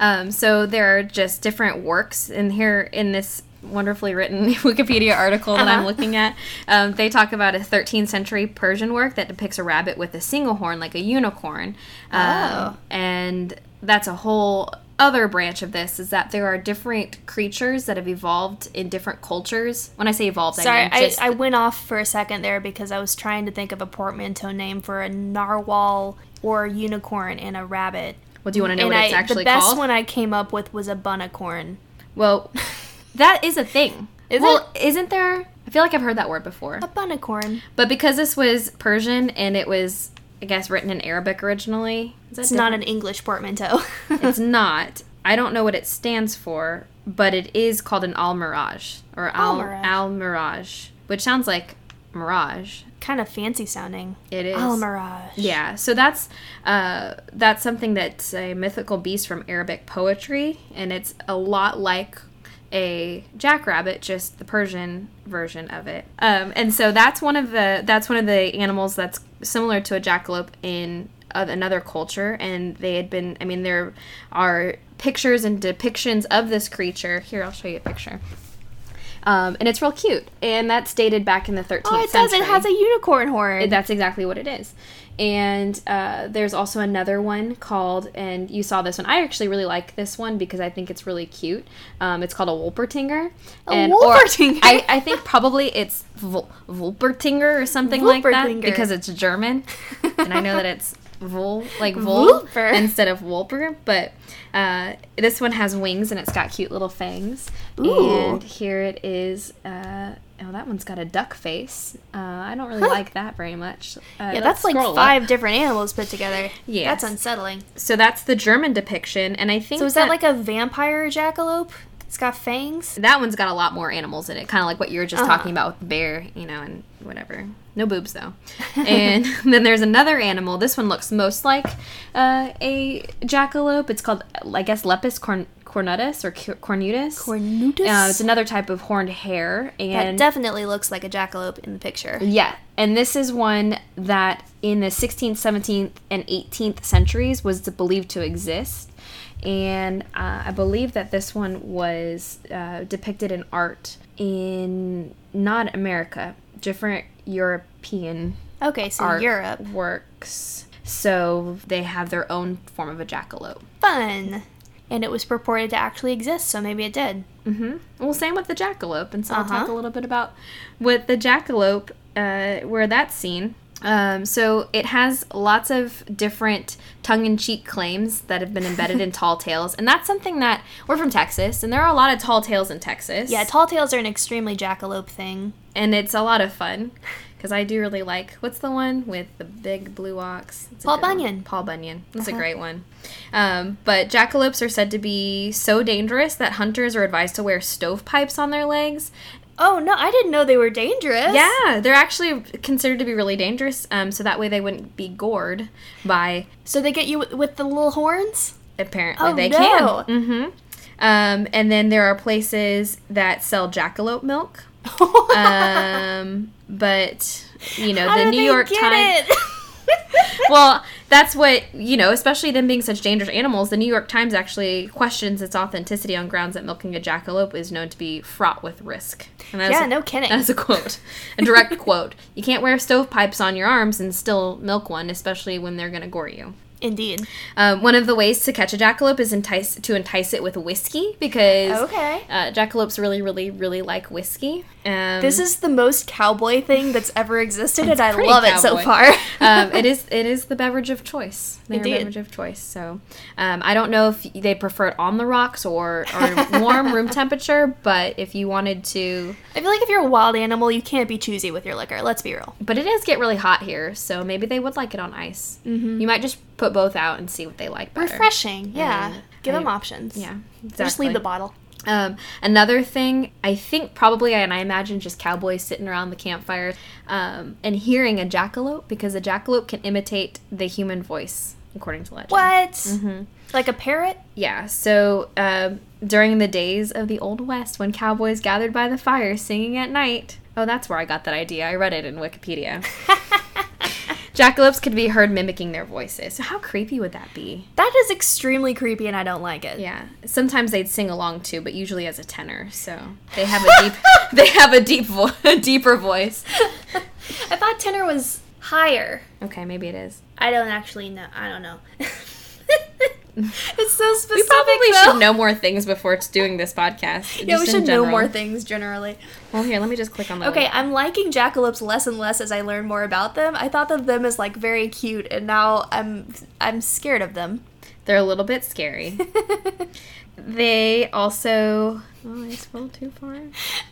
[SPEAKER 1] Um, so there are just different works in here in this wonderfully written Wikipedia article that I'm
[SPEAKER 2] Uh-huh.
[SPEAKER 1] looking at. Um, they talk about a 13th century Persian work that depicts a rabbit with a single horn, like a unicorn. Um,
[SPEAKER 2] Oh.
[SPEAKER 1] and that's a whole other branch of this is that there are different creatures that have evolved in different cultures. When I say evolved,
[SPEAKER 2] Sorry,
[SPEAKER 1] I mean
[SPEAKER 2] I,
[SPEAKER 1] just
[SPEAKER 2] I went off for a second there because I was trying to think of a portmanteau name for a narwhal or unicorn and a rabbit.
[SPEAKER 1] Well, do you want to know
[SPEAKER 2] and
[SPEAKER 1] what it's
[SPEAKER 2] I,
[SPEAKER 1] actually
[SPEAKER 2] the best
[SPEAKER 1] called?
[SPEAKER 2] one I came up with was a bunnicorn.
[SPEAKER 1] Well, that is a thing.
[SPEAKER 2] Is
[SPEAKER 1] well, is isn't there? I feel like I've heard that word before.
[SPEAKER 2] A bunnicorn.
[SPEAKER 1] But because this was Persian and it was, I guess, written in Arabic originally, is that
[SPEAKER 2] It's not
[SPEAKER 1] different?
[SPEAKER 2] an English portmanteau.
[SPEAKER 1] it's not. I don't know what it stands for, but it is called an al mirage or al
[SPEAKER 2] Almiraj.
[SPEAKER 1] al mirage, which sounds like mirage.
[SPEAKER 2] kind of fancy sounding.
[SPEAKER 1] It is.
[SPEAKER 2] Al Mirage.
[SPEAKER 1] Yeah, so that's uh, that's something that's a mythical beast from Arabic poetry, and it's a lot like a jackrabbit, just the Persian version of it. Um, and so that's one of the that's one of the animals that's similar to a jackalope in of another culture, and they had been. I mean, there are pictures and depictions of this creature. Here, I'll show you a picture. Um, and it's real cute, and that's dated back in the 13th
[SPEAKER 2] Oh, it does.
[SPEAKER 1] century.
[SPEAKER 2] It has a unicorn horn.
[SPEAKER 1] That's exactly what it is. And uh, there's also another one called, and you saw this one. I actually really like this one because I think it's really cute. Um, it's called a Wolpertinger. A
[SPEAKER 2] Wolpertinger.
[SPEAKER 1] I, I think probably it's Vol- Wolpertinger or something like that
[SPEAKER 2] Wolpertinger.
[SPEAKER 1] because it's German. and I know that it's Vol, like Vol
[SPEAKER 2] Wolper.
[SPEAKER 1] instead of Wolper. But uh, this one has wings and it's got cute little fangs.
[SPEAKER 2] Ooh.
[SPEAKER 1] And here it is. Uh, oh, that one's got a duck face. Uh, I don't really like that very much. Uh,
[SPEAKER 2] yeah, that's like five different animals put together.
[SPEAKER 1] Yes.
[SPEAKER 2] That's unsettling.
[SPEAKER 1] So that's the German depiction, and I think
[SPEAKER 2] So is that like a vampire jackalope? It's got fangs.
[SPEAKER 1] that one's got a lot more animals in it, kind of like what you were just
[SPEAKER 2] Uh-huh.
[SPEAKER 1] talking about with bear, you know, and whatever. No boobs though. and then there's another animal. This one looks most like uh, a jackalope. It's called, I guess, Lepus corn- cornutus or cor- cornutus.
[SPEAKER 2] Cornutus?
[SPEAKER 1] Uh, it's another type of horned hare,
[SPEAKER 2] That
[SPEAKER 1] and
[SPEAKER 2] definitely looks like a jackalope in the picture.
[SPEAKER 1] Yeah, and this is one that in the 16th, 17th, and 18th centuries was believed to exist. And uh, I believe that this one was uh, depicted in art in not America, different European
[SPEAKER 2] Okay, so
[SPEAKER 1] art
[SPEAKER 2] Europe.
[SPEAKER 1] works. So they have their own form of a jackalope.
[SPEAKER 2] Fun. And it was purported to actually exist, so maybe it did.
[SPEAKER 1] hmm Well, same with the jackalope, and so I'll talk
[SPEAKER 2] Uh-huh.
[SPEAKER 1] a little bit about with the jackalope uh, where that's seen. Um, so it has lots of different tongue-in-cheek claims that have been embedded in tall tales, and that's something that we're from Texas, and there are a lot of tall tales in Texas.
[SPEAKER 2] Yeah, tall tales are an extremely jackalope thing.
[SPEAKER 1] and it's a lot of fun because I do really like what's the one with the big blue ox? It's a
[SPEAKER 2] Paul
[SPEAKER 1] good one.
[SPEAKER 2] Bunyan. Uh-huh.
[SPEAKER 1] Paul Bunyan. That's a great one. Um, but jackalopes are said to be so dangerous that hunters are advised to wear stovepipes on their legs
[SPEAKER 2] Oh no, I didn't know they were dangerous.
[SPEAKER 1] Yeah, they're actually considered to be really dangerous. Um, so that way they wouldn't be gored by.
[SPEAKER 2] So they get you with, with the little horns?
[SPEAKER 1] Apparently,
[SPEAKER 2] Oh,
[SPEAKER 1] they
[SPEAKER 2] no.
[SPEAKER 1] can. hmm Um, and then there are places that sell jackalope milk.
[SPEAKER 2] Uh,
[SPEAKER 1] Um, but you know
[SPEAKER 2] How
[SPEAKER 1] the
[SPEAKER 2] do
[SPEAKER 1] New
[SPEAKER 2] they
[SPEAKER 1] York
[SPEAKER 2] get
[SPEAKER 1] Times.
[SPEAKER 2] it?
[SPEAKER 1] Well, that's what you know. Especially them being such dangerous animals, the New York Times actually questions its authenticity on grounds that milking a jackalope is known to be fraught with risk. And that was
[SPEAKER 2] yeah,
[SPEAKER 1] a-
[SPEAKER 2] no kidding.
[SPEAKER 1] That's a quote, a direct quote. You can't wear stovepipes on your arms and still milk one, especially when they're going to gore you.
[SPEAKER 2] Indeed.
[SPEAKER 1] Um, one of the ways to catch a jackalope is entice to entice it with whiskey because
[SPEAKER 2] Okay.
[SPEAKER 1] uh, jackalopes really, really, really like whiskey. Um,
[SPEAKER 2] This is the most cowboy thing that's ever existed, and I
[SPEAKER 1] pretty
[SPEAKER 2] love it so
[SPEAKER 1] cowboy.
[SPEAKER 2] far.
[SPEAKER 1] um, it is it is the beverage of choice. Their
[SPEAKER 2] Indeed.
[SPEAKER 1] beverage of choice. So um, I don't know if they prefer it on the rocks or, or warm room temperature, but if you wanted to,
[SPEAKER 2] I feel like if you're a wild animal, you can't be choosy with your liquor. Let's be real.
[SPEAKER 1] But it does get really hot here, so maybe they would like it on ice. Mm-hmm. You might just put both out and see what they like better.
[SPEAKER 2] Refreshing, yeah.
[SPEAKER 1] Yeah.
[SPEAKER 2] Give them
[SPEAKER 1] I-
[SPEAKER 2] options.
[SPEAKER 1] Yeah, exactly.
[SPEAKER 2] Just leave the bottle.
[SPEAKER 1] Um, another thing, I think probably, and I imagine just cowboys sitting around the campfire um, and hearing a jackalope because a jackalope can imitate the human voice, according to legend.
[SPEAKER 2] What? Like a parrot?
[SPEAKER 1] Yeah, so um, during the days of the Old West, when cowboys gathered by the fire singing at night. Oh, that's where I got that idea. I read it in Wikipedia. Jackalopes could be heard mimicking their voices. So how creepy would that be?
[SPEAKER 2] That is extremely creepy, and I don't like it.
[SPEAKER 1] Yeah. Sometimes they'd sing along too, but usually as a tenor. So they have a deep, they have a deep, vo- a deeper voice.
[SPEAKER 2] I thought tenor was higher.
[SPEAKER 1] Okay, maybe it is.
[SPEAKER 2] I don't actually know. I don't know. it's so specific.
[SPEAKER 1] We probably
[SPEAKER 2] though.
[SPEAKER 1] should know more things before t- doing this podcast.
[SPEAKER 2] Yeah, we
[SPEAKER 1] just in
[SPEAKER 2] should know
[SPEAKER 1] general.
[SPEAKER 2] more things generally.
[SPEAKER 1] Well, here, let me just click on the
[SPEAKER 2] Okay,
[SPEAKER 1] link.
[SPEAKER 2] I'm liking jackalopes less and less as I learn more about them. I thought of them as like very cute, and now I'm I'm scared of them.
[SPEAKER 1] They're a little bit scary. they also. Oh, I scrolled too far.
[SPEAKER 2] Now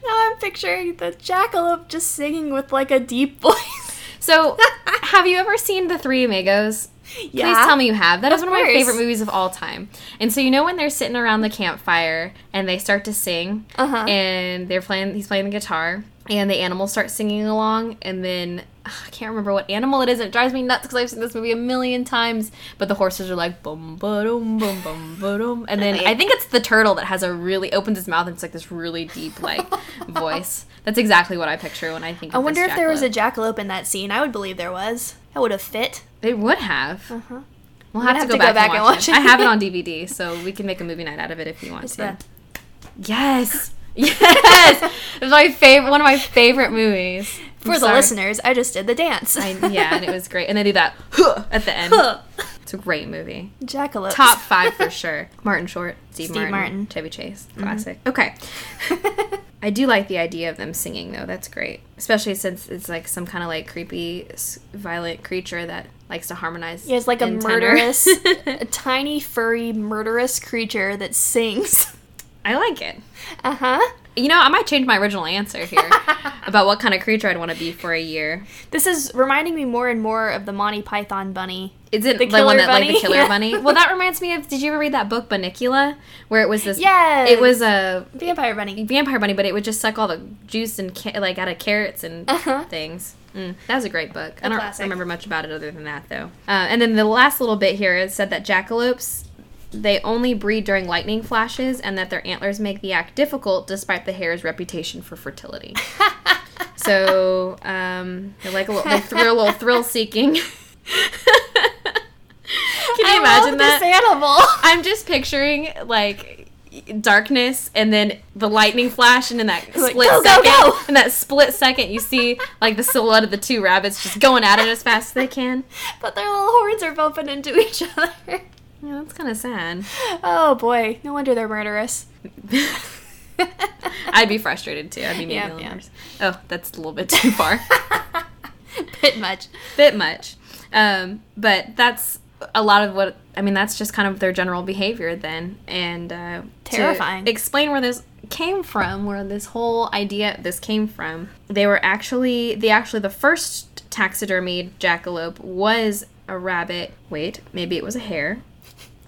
[SPEAKER 2] I'm picturing the jackalope just singing with like a deep voice.
[SPEAKER 1] So, have you ever seen the Three Amigos?
[SPEAKER 2] yeah.
[SPEAKER 1] Please tell me you have. That is
[SPEAKER 2] Of
[SPEAKER 1] one of my
[SPEAKER 2] course.
[SPEAKER 1] favorite movies of all time. And so you know when they're sitting around the campfire and they start to sing,
[SPEAKER 2] Uh-huh.
[SPEAKER 1] and they're playing. He's playing the guitar, and the animals start singing along, and then. ugh, I can't remember what animal it is. and It drives me nuts because I've seen this movie a million times. But the horses are like bum ba dum bum bum ba dum, and then I think it's the turtle that has a really opens his mouth and it's like this really deep like voice. That's exactly what I picture when I think.
[SPEAKER 2] I wonder if there was a jackalope in that scene. I would believe there was. That would have fit.
[SPEAKER 1] They would have.
[SPEAKER 2] Uh-huh.
[SPEAKER 1] We'll have,
[SPEAKER 2] We'll
[SPEAKER 1] to, go, back and watch it. I have it on DVD, so we can make a movie night out of it if you want to.
[SPEAKER 2] that?
[SPEAKER 1] Yes. Yes. it's my favorite one of my favorite movies. I'm
[SPEAKER 2] For the
[SPEAKER 1] sorry.
[SPEAKER 2] listeners, I just did the dance.
[SPEAKER 1] I, yeah, and it was great. And they do that at the end. It's a great movie.
[SPEAKER 2] Jackalope.
[SPEAKER 1] Top 5 for sure. Martin Short, Steve,
[SPEAKER 2] Steve
[SPEAKER 1] Martin, Mm-hmm.
[SPEAKER 2] Martin.
[SPEAKER 1] Chevy Chase, classic. Okay. I do like the idea of them singing though. That's great. Especially since it's like some kind of like creepy s- violent creature that likes to harmonize.
[SPEAKER 2] Yeah, it's like a
[SPEAKER 1] in tenor.
[SPEAKER 2] murderous, a tiny, furry, murderous creature that sings.
[SPEAKER 1] I like it.
[SPEAKER 2] Uh huh.
[SPEAKER 1] You know, I might change my original answer here about what kind of creature I'd want to be for a year.
[SPEAKER 2] This is reminding me more and more of the Monty Python bunny.
[SPEAKER 1] Is it the,
[SPEAKER 2] The
[SPEAKER 1] one
[SPEAKER 2] killer
[SPEAKER 1] that like the
[SPEAKER 2] bunny?
[SPEAKER 1] killer
[SPEAKER 2] Yeah.
[SPEAKER 1] bunny? Well, that reminds me of. Did you ever read that book Bonicula, where it was this?
[SPEAKER 2] Yes.
[SPEAKER 1] It was a
[SPEAKER 2] Vampire bunny.
[SPEAKER 1] vampire bunny, but it would just suck all the juice and ca- like out of carrots and
[SPEAKER 2] Uh-huh.
[SPEAKER 1] things. Mm, that was a great book. I
[SPEAKER 2] A
[SPEAKER 1] don't
[SPEAKER 2] classic.
[SPEAKER 1] remember much about it other than that though. Uh, and then the last little bit here is said that jackalopes. They only breed during lightning flashes, and that their antlers make the act difficult, despite the hare's reputation for fertility. So um, they're like a little, they're thrill, a little thrill seeking. Can you
[SPEAKER 2] I
[SPEAKER 1] imagine
[SPEAKER 2] love
[SPEAKER 1] that?
[SPEAKER 2] This animal.
[SPEAKER 1] I'm just picturing like darkness and then the lightning flash and in that
[SPEAKER 2] Like,
[SPEAKER 1] split
[SPEAKER 2] go, go,
[SPEAKER 1] second
[SPEAKER 2] go!
[SPEAKER 1] in that split second you see like the silhouette of the two rabbits just going at it as fast as they can.
[SPEAKER 2] but their little horns are bumping into each other.
[SPEAKER 1] Yeah, that's kind of sad.
[SPEAKER 2] Oh boy, no wonder they're murderous.
[SPEAKER 1] I'd be frustrated too. I'd be
[SPEAKER 2] Yeah,
[SPEAKER 1] yeah,
[SPEAKER 2] yeah.
[SPEAKER 1] Oh, that's a little bit too far.
[SPEAKER 2] Bit much.
[SPEAKER 1] bit much. Um, but that's a lot of what I mean. That's just kind of their general behavior then, and uh, to
[SPEAKER 2] Terrifying.
[SPEAKER 1] explain where this came from, where this whole idea this came from. They were actually the actually the first taxidermied jackalope was a rabbit. Wait, maybe it was a hare.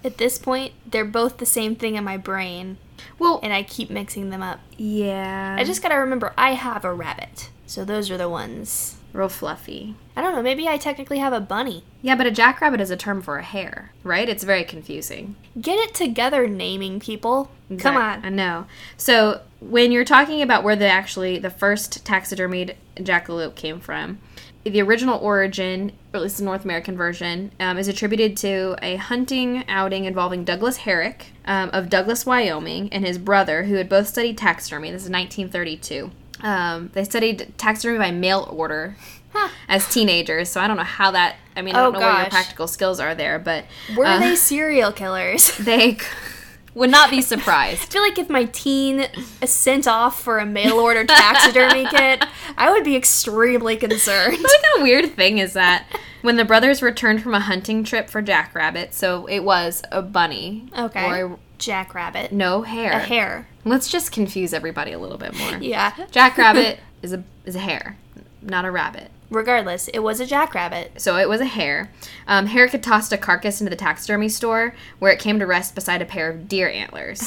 [SPEAKER 2] At this point, they're both the same thing in my brain,
[SPEAKER 1] Well,
[SPEAKER 2] and I keep mixing them up.
[SPEAKER 1] yeah,
[SPEAKER 2] I just gotta remember I have a rabbit. So those are the ones.
[SPEAKER 1] real fluffy.
[SPEAKER 2] I don't know, maybe I technically have a bunny.
[SPEAKER 1] Yeah, but a jackrabbit is a term for a hare, right? It's very confusing.
[SPEAKER 2] Get it together, naming people. Come
[SPEAKER 1] Exact-
[SPEAKER 2] on.
[SPEAKER 1] I know. So when you're talking about where the actually the first taxidermied jackalope came from, the original origin, or at least the North American version, um, is attributed to a hunting outing involving Douglas Herrick um, of Douglas, Wyoming, and his brother, who had both studied taxidermy. This is 1932. Um, they studied taxidermy by mail order
[SPEAKER 2] Huh.
[SPEAKER 1] as teenagers, so I don't know how that. I mean, I
[SPEAKER 2] Oh,
[SPEAKER 1] don't know where your
[SPEAKER 2] gosh.
[SPEAKER 1] practical skills are there, but
[SPEAKER 2] Were
[SPEAKER 1] uh,
[SPEAKER 2] they serial killers?
[SPEAKER 1] They would not be surprised.
[SPEAKER 2] I feel like if my teen sent off for a mail order taxidermy kit, I would be extremely concerned.
[SPEAKER 1] what kind of weird thing is that? When the brothers returned from a hunting trip for jackrabbits, so it was a bunny.
[SPEAKER 2] Okay.
[SPEAKER 1] Or
[SPEAKER 2] Jackrabbit.
[SPEAKER 1] no hair.
[SPEAKER 2] A hare.
[SPEAKER 1] Let's just confuse everybody a little bit more.
[SPEAKER 2] Yeah.
[SPEAKER 1] Jackrabbit is a is a hare, not a rabbit.
[SPEAKER 2] Regardless, it was a jackrabbit.
[SPEAKER 1] So it was a hare. Um, Herrick had tossed a carcass into the taxidermy store, where it came to rest beside a pair of deer antlers.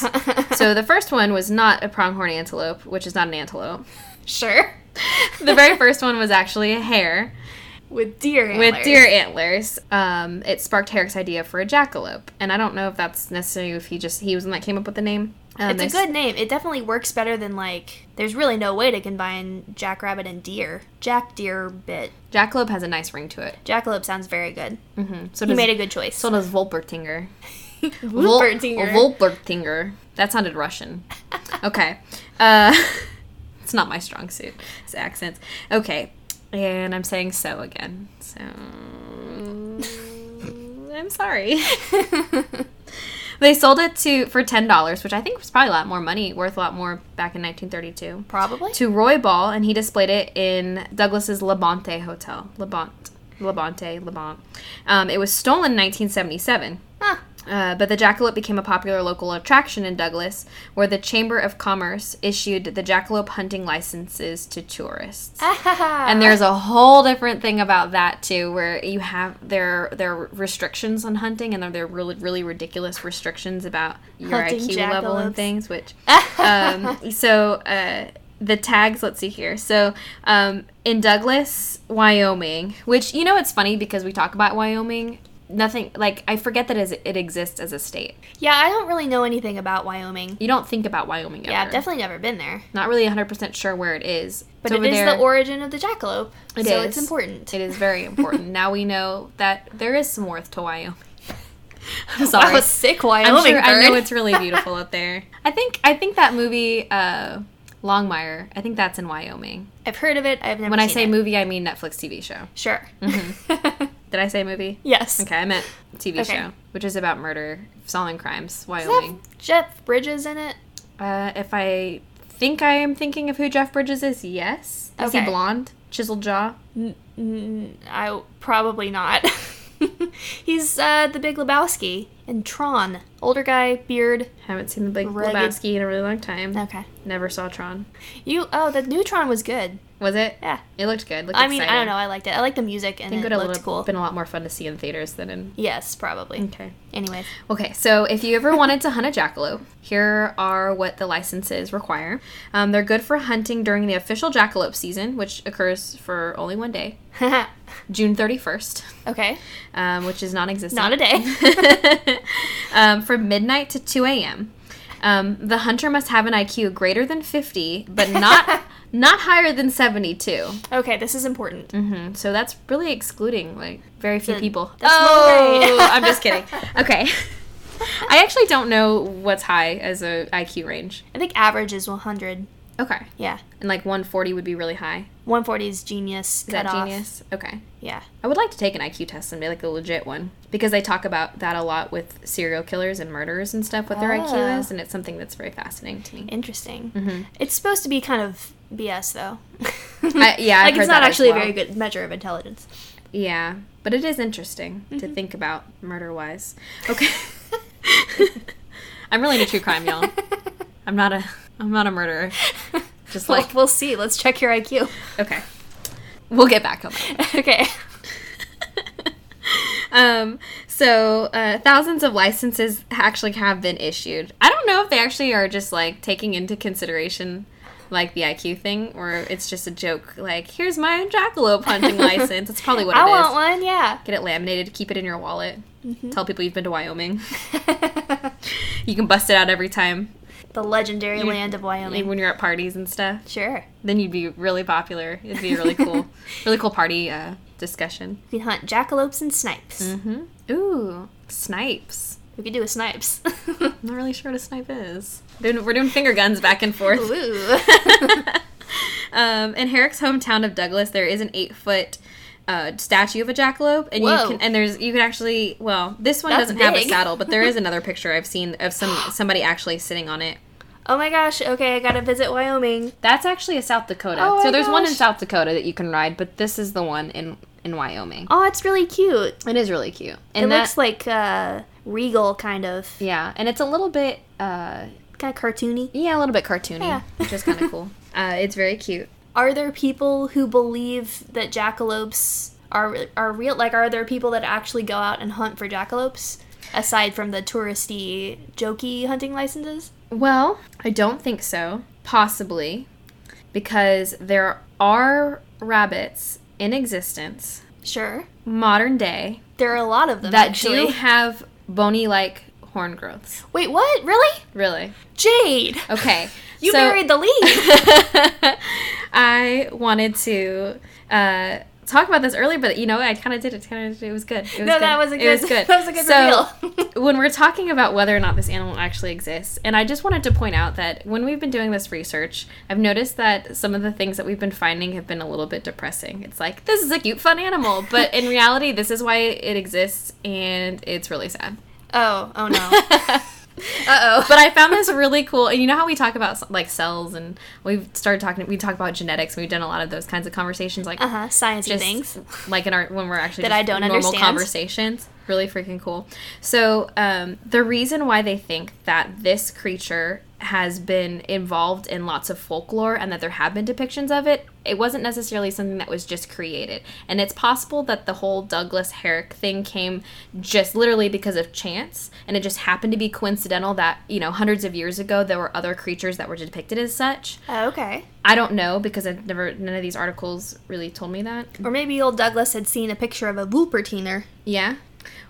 [SPEAKER 1] so the first one was not a pronghorn antelope, which is not an antelope.
[SPEAKER 2] Sure.
[SPEAKER 1] The very first one was actually a hare.
[SPEAKER 2] With deer antlers.
[SPEAKER 1] with deer antlers. Um, it sparked Herrick's idea for a jackalope, and I don't know if that's necessarily if he just he was the one that came up with the name, Um,
[SPEAKER 2] it's a
[SPEAKER 1] there's-
[SPEAKER 2] good name. It definitely works better than like. There's really no way to combine jackrabbit and deer. Jack deer bit.
[SPEAKER 1] Jackalope has a nice ring to it.
[SPEAKER 2] Jackalope sounds very good.
[SPEAKER 1] Mm-hmm. So
[SPEAKER 2] You
[SPEAKER 1] does,
[SPEAKER 2] made a good choice.
[SPEAKER 1] so does Wolpertinger. Vol-
[SPEAKER 2] Wolpertinger.
[SPEAKER 1] Wolpertinger. That sounded Russian. Okay. Uh, it's not my strong suit. It's accents. Okay. And I'm saying so again. So. I'm sorry. they sold it to for ten dollars, which I think was probably a lot more money, worth a lot more back in 1932,
[SPEAKER 2] Probably.
[SPEAKER 1] to Roy Ball, and he displayed it in Douglas's Labonte Hotel. Labonte, Labonte, Labonte. Um, it was stolen in 1977.
[SPEAKER 2] Huh.
[SPEAKER 1] Uh, but the jackalope became a popular local attraction in Douglas, where the Chamber of Commerce issued the jackalope hunting licenses to tourists. And
[SPEAKER 2] Uh-huh.
[SPEAKER 1] there's a whole different thing about that too, where you have their their restrictions on hunting, and they're really really ridiculous restrictions about your
[SPEAKER 2] Hunting
[SPEAKER 1] IQ level and
[SPEAKER 2] jackalopes.
[SPEAKER 1] things. Which, um, so uh, the tags. Let's see here. So um, in Douglas, Wyoming, which you know it's funny because we talk about Wyoming. Nothing like I forget that as- it exists as a state.
[SPEAKER 2] yeah, I don't really know anything about Wyoming.
[SPEAKER 1] You don't think about Wyoming ever.
[SPEAKER 2] Yeah, I've definitely never been there.
[SPEAKER 1] Not really 100% sure where it is. It's
[SPEAKER 2] But it
[SPEAKER 1] over
[SPEAKER 2] is
[SPEAKER 1] there.
[SPEAKER 2] the origin of the jackalope,
[SPEAKER 1] It
[SPEAKER 2] so
[SPEAKER 1] is.
[SPEAKER 2] it's important.
[SPEAKER 1] It is very important. now we know that there is some worth to Wyoming. I'm sorry.
[SPEAKER 2] Wow, sick Wyoming
[SPEAKER 1] I'm sure I know
[SPEAKER 2] bird.
[SPEAKER 1] it's really beautiful up there. I think I think that movie uh, Longmire. I think that's in Wyoming.
[SPEAKER 2] I've heard of it. I've never.
[SPEAKER 1] When I
[SPEAKER 2] seen
[SPEAKER 1] say Mm-hmm.
[SPEAKER 2] it.
[SPEAKER 1] movie, I mean Netflix TV show.
[SPEAKER 2] sure.
[SPEAKER 1] Did I say movie?
[SPEAKER 2] yes.
[SPEAKER 1] Okay, I meant TV
[SPEAKER 2] Okay.
[SPEAKER 1] show, which is about murder, solving crimes,
[SPEAKER 2] Does that have
[SPEAKER 1] Wyoming.
[SPEAKER 2] Jeff Bridges in it?
[SPEAKER 1] Uh, if I think I am thinking of who Jeff Bridges is, yes. Is he
[SPEAKER 2] Okay.
[SPEAKER 1] blonde, chiseled jaw?
[SPEAKER 2] N- I probably not. He's uh, the Big Lebowski in Tron. Older guy, beard.
[SPEAKER 1] Haven't seen the Big
[SPEAKER 2] Rugged.
[SPEAKER 1] Lebowski in a really long time.
[SPEAKER 2] Okay.
[SPEAKER 1] Never saw Tron.
[SPEAKER 2] You. Oh, the new Tron was good.
[SPEAKER 1] Was it?
[SPEAKER 2] Yeah.
[SPEAKER 1] It looked good. Looked
[SPEAKER 2] I mean, I
[SPEAKER 1] exciting.
[SPEAKER 2] don't know. I liked it. I liked the music and
[SPEAKER 1] I think
[SPEAKER 2] it
[SPEAKER 1] it would
[SPEAKER 2] looked
[SPEAKER 1] have
[SPEAKER 2] cool.
[SPEAKER 1] been a lot more fun to see in theaters than in.
[SPEAKER 2] Yes, probably.
[SPEAKER 1] Okay.
[SPEAKER 2] Anyways,
[SPEAKER 1] Okay, so if you ever wanted to hunt a jackalope, here are what the licenses require. Um, they're good for hunting during the official jackalope season, which occurs for only one day, June 31st,
[SPEAKER 2] okay,
[SPEAKER 1] um, which is non existent.
[SPEAKER 2] not a day.
[SPEAKER 1] um, from midnight to 2 a.m. Um, the hunter must have an IQ greater than 50, but not not higher than 72.
[SPEAKER 2] Okay, this is important.
[SPEAKER 1] hmm So that's really excluding like very few people. Oh!
[SPEAKER 2] that's not right.
[SPEAKER 1] I'm just kidding. Okay. I actually don't know what's high as a IQ range.
[SPEAKER 2] I think average is 100.
[SPEAKER 1] Okay.
[SPEAKER 2] Yeah,
[SPEAKER 1] And like 140 would be really high.
[SPEAKER 2] 140 is genius.
[SPEAKER 1] Is
[SPEAKER 2] cut
[SPEAKER 1] that
[SPEAKER 2] off.
[SPEAKER 1] genius? Okay.
[SPEAKER 2] Yeah.
[SPEAKER 1] I would like to take an IQ test and be like a legit one because they talk about that a lot with serial killers and murderers and stuff what their IQ
[SPEAKER 2] Oh.
[SPEAKER 1] is and it's something that's very fascinating to me.
[SPEAKER 2] Interesting.
[SPEAKER 1] Mm-hmm.
[SPEAKER 2] It's supposed to be kind of BS though.
[SPEAKER 1] I- yeah, I've
[SPEAKER 2] like
[SPEAKER 1] heard
[SPEAKER 2] it's not
[SPEAKER 1] that as
[SPEAKER 2] actually
[SPEAKER 1] well.
[SPEAKER 2] a very good measure of intelligence.
[SPEAKER 1] Yeah, but it is interesting
[SPEAKER 2] Mm-hmm.
[SPEAKER 1] to think about murder wise. Okay. I'm really into true crime, y'all. I'm not a I'm not a murderer. Just
[SPEAKER 2] Well,
[SPEAKER 1] like
[SPEAKER 2] we'll see. Let's check your IQ.
[SPEAKER 1] okay. We'll get back on that.
[SPEAKER 2] okay.
[SPEAKER 1] Um, so uh, thousands of licenses actually have been issued. I don't know if they actually are just like taking into consideration like the IQ thing or it's just a joke like here's my jackalope hunting license. That's probably what it is.
[SPEAKER 2] I want one. Mm-hmm. Yeah.
[SPEAKER 1] Get it laminated, keep it in your wallet. Tell people you've been to Wyoming. You can bust it out every time
[SPEAKER 2] the legendary land of
[SPEAKER 1] like,
[SPEAKER 2] Wyoming.
[SPEAKER 1] when you're at parties and stuff.
[SPEAKER 2] Sure.
[SPEAKER 1] Then you'd be really popular. It'd be a really cool, really cool party uh, discussion.
[SPEAKER 2] We can hunt jackalopes and snipes.
[SPEAKER 1] Mm-hmm. Ooh, snipes.
[SPEAKER 2] We could do a snipes.
[SPEAKER 1] I'm not really sure what a snipe is. Doing- We're doing finger guns back and forth.
[SPEAKER 2] Ooh.
[SPEAKER 1] um, in Herrick's hometown of Douglas, there is an eight foot uh, statue of a jackalope, and
[SPEAKER 2] Whoa.
[SPEAKER 1] you can and there's you can actually well this one
[SPEAKER 2] That's
[SPEAKER 1] doesn't have a
[SPEAKER 2] big.
[SPEAKER 1] saddle, but there is another picture I've seen of some somebody actually sitting on it.
[SPEAKER 2] oh my gosh. Okay, I gotta visit Wyoming.
[SPEAKER 1] That's actually a South Dakota.
[SPEAKER 2] Oh my
[SPEAKER 1] so there's one in
[SPEAKER 2] gosh.
[SPEAKER 1] South Dakota that you can ride, but this is the one in in Wyoming.
[SPEAKER 2] Oh, it's really cute.
[SPEAKER 1] It is really cute, and
[SPEAKER 2] It
[SPEAKER 1] that
[SPEAKER 2] looks like uh, regal kind of,
[SPEAKER 1] yeah, and it's a little bit uh
[SPEAKER 2] kind of cartoony.
[SPEAKER 1] yeah a little bit cartoony,
[SPEAKER 2] Yeah.
[SPEAKER 1] which is kind of cool. Uh, it's very cute.
[SPEAKER 2] are there people who believe that jackalopes are are real? Like, are there people that actually go out and hunt for jackalopes aside from the touristy, jokey hunting licenses?
[SPEAKER 1] Well, I don't think so. Possibly because there are rabbits in existence
[SPEAKER 2] Sure,
[SPEAKER 1] modern day
[SPEAKER 2] there are a lot of them
[SPEAKER 1] that do
[SPEAKER 2] actually.
[SPEAKER 1] have bony like horn growths.
[SPEAKER 2] Wait, what? Really?
[SPEAKER 1] Really?
[SPEAKER 2] Jade.
[SPEAKER 1] Okay.
[SPEAKER 2] You
[SPEAKER 1] Oh, so-
[SPEAKER 2] buried the lead.
[SPEAKER 1] I wanted to uh, talk about this earlier, but you know, I kind of did it. Kind of, it was good. It was
[SPEAKER 2] No, that was a
[SPEAKER 1] It was
[SPEAKER 2] good-
[SPEAKER 1] good.
[SPEAKER 2] that was a good
[SPEAKER 1] so, when we're talking about whether or not this animal actually exists, and I just wanted to point out that when we've been doing this research, I've noticed that some of the things that we've been finding have been a little bit depressing. It's like this is a cute, fun animal, but in reality, this is why it exists, and it's really sad.
[SPEAKER 2] oh, oh no. Uh oh.
[SPEAKER 1] But I found this really cool. And you know how we talk about like cells, and we've started talking. We talk about genetics. and We've done a lot of those kinds of conversations, like
[SPEAKER 2] Uh huh. Sciencey
[SPEAKER 1] just
[SPEAKER 2] things.
[SPEAKER 1] like in our when we're actually
[SPEAKER 2] That
[SPEAKER 1] just
[SPEAKER 2] I don't
[SPEAKER 1] normal
[SPEAKER 2] understand.
[SPEAKER 1] conversations. Really freaking cool. So um, the reason why they think that this creature has been involved in lots of folklore and that there have been depictions of it, it wasn't necessarily something that was just created. And it's possible that the whole Douglas Herrick thing came just literally because of chance, and it just happened to be coincidental that you know hundreds of years ago there were other creatures that were depicted as such.
[SPEAKER 2] Oh, okay.
[SPEAKER 1] I don't know because I've never none of these articles really told me that.
[SPEAKER 2] Or maybe old Douglas had seen a picture of a Woopertiner.
[SPEAKER 1] Yeah,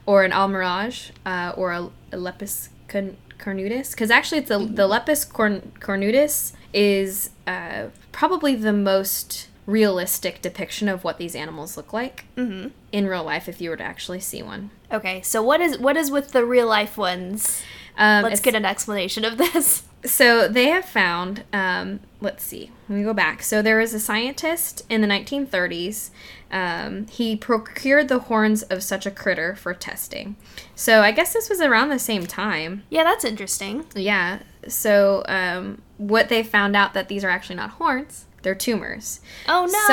[SPEAKER 1] or an almirage, uh, or a, a lepus corn- cornutus. Because actually, it's the
[SPEAKER 2] Mm-hmm.
[SPEAKER 1] the lepus corn- cornutus is uh, probably the most realistic depiction of what these animals look like
[SPEAKER 2] Mm-hmm.
[SPEAKER 1] in real life. If you were to actually see one,
[SPEAKER 2] Okay, so what is what is with the real life ones?
[SPEAKER 1] um,
[SPEAKER 2] Let's
[SPEAKER 1] it's-
[SPEAKER 2] get an explanation of this.
[SPEAKER 1] So they have found, um, let's see, let me go back. So there was a scientist in the 1930s. Um, he procured the horns of such a critter for testing. So I guess this was around the same time.
[SPEAKER 2] Yeah, that's interesting.
[SPEAKER 1] Yeah. So um, what they found out that these are actually not horns, they're tumors.
[SPEAKER 2] Oh no.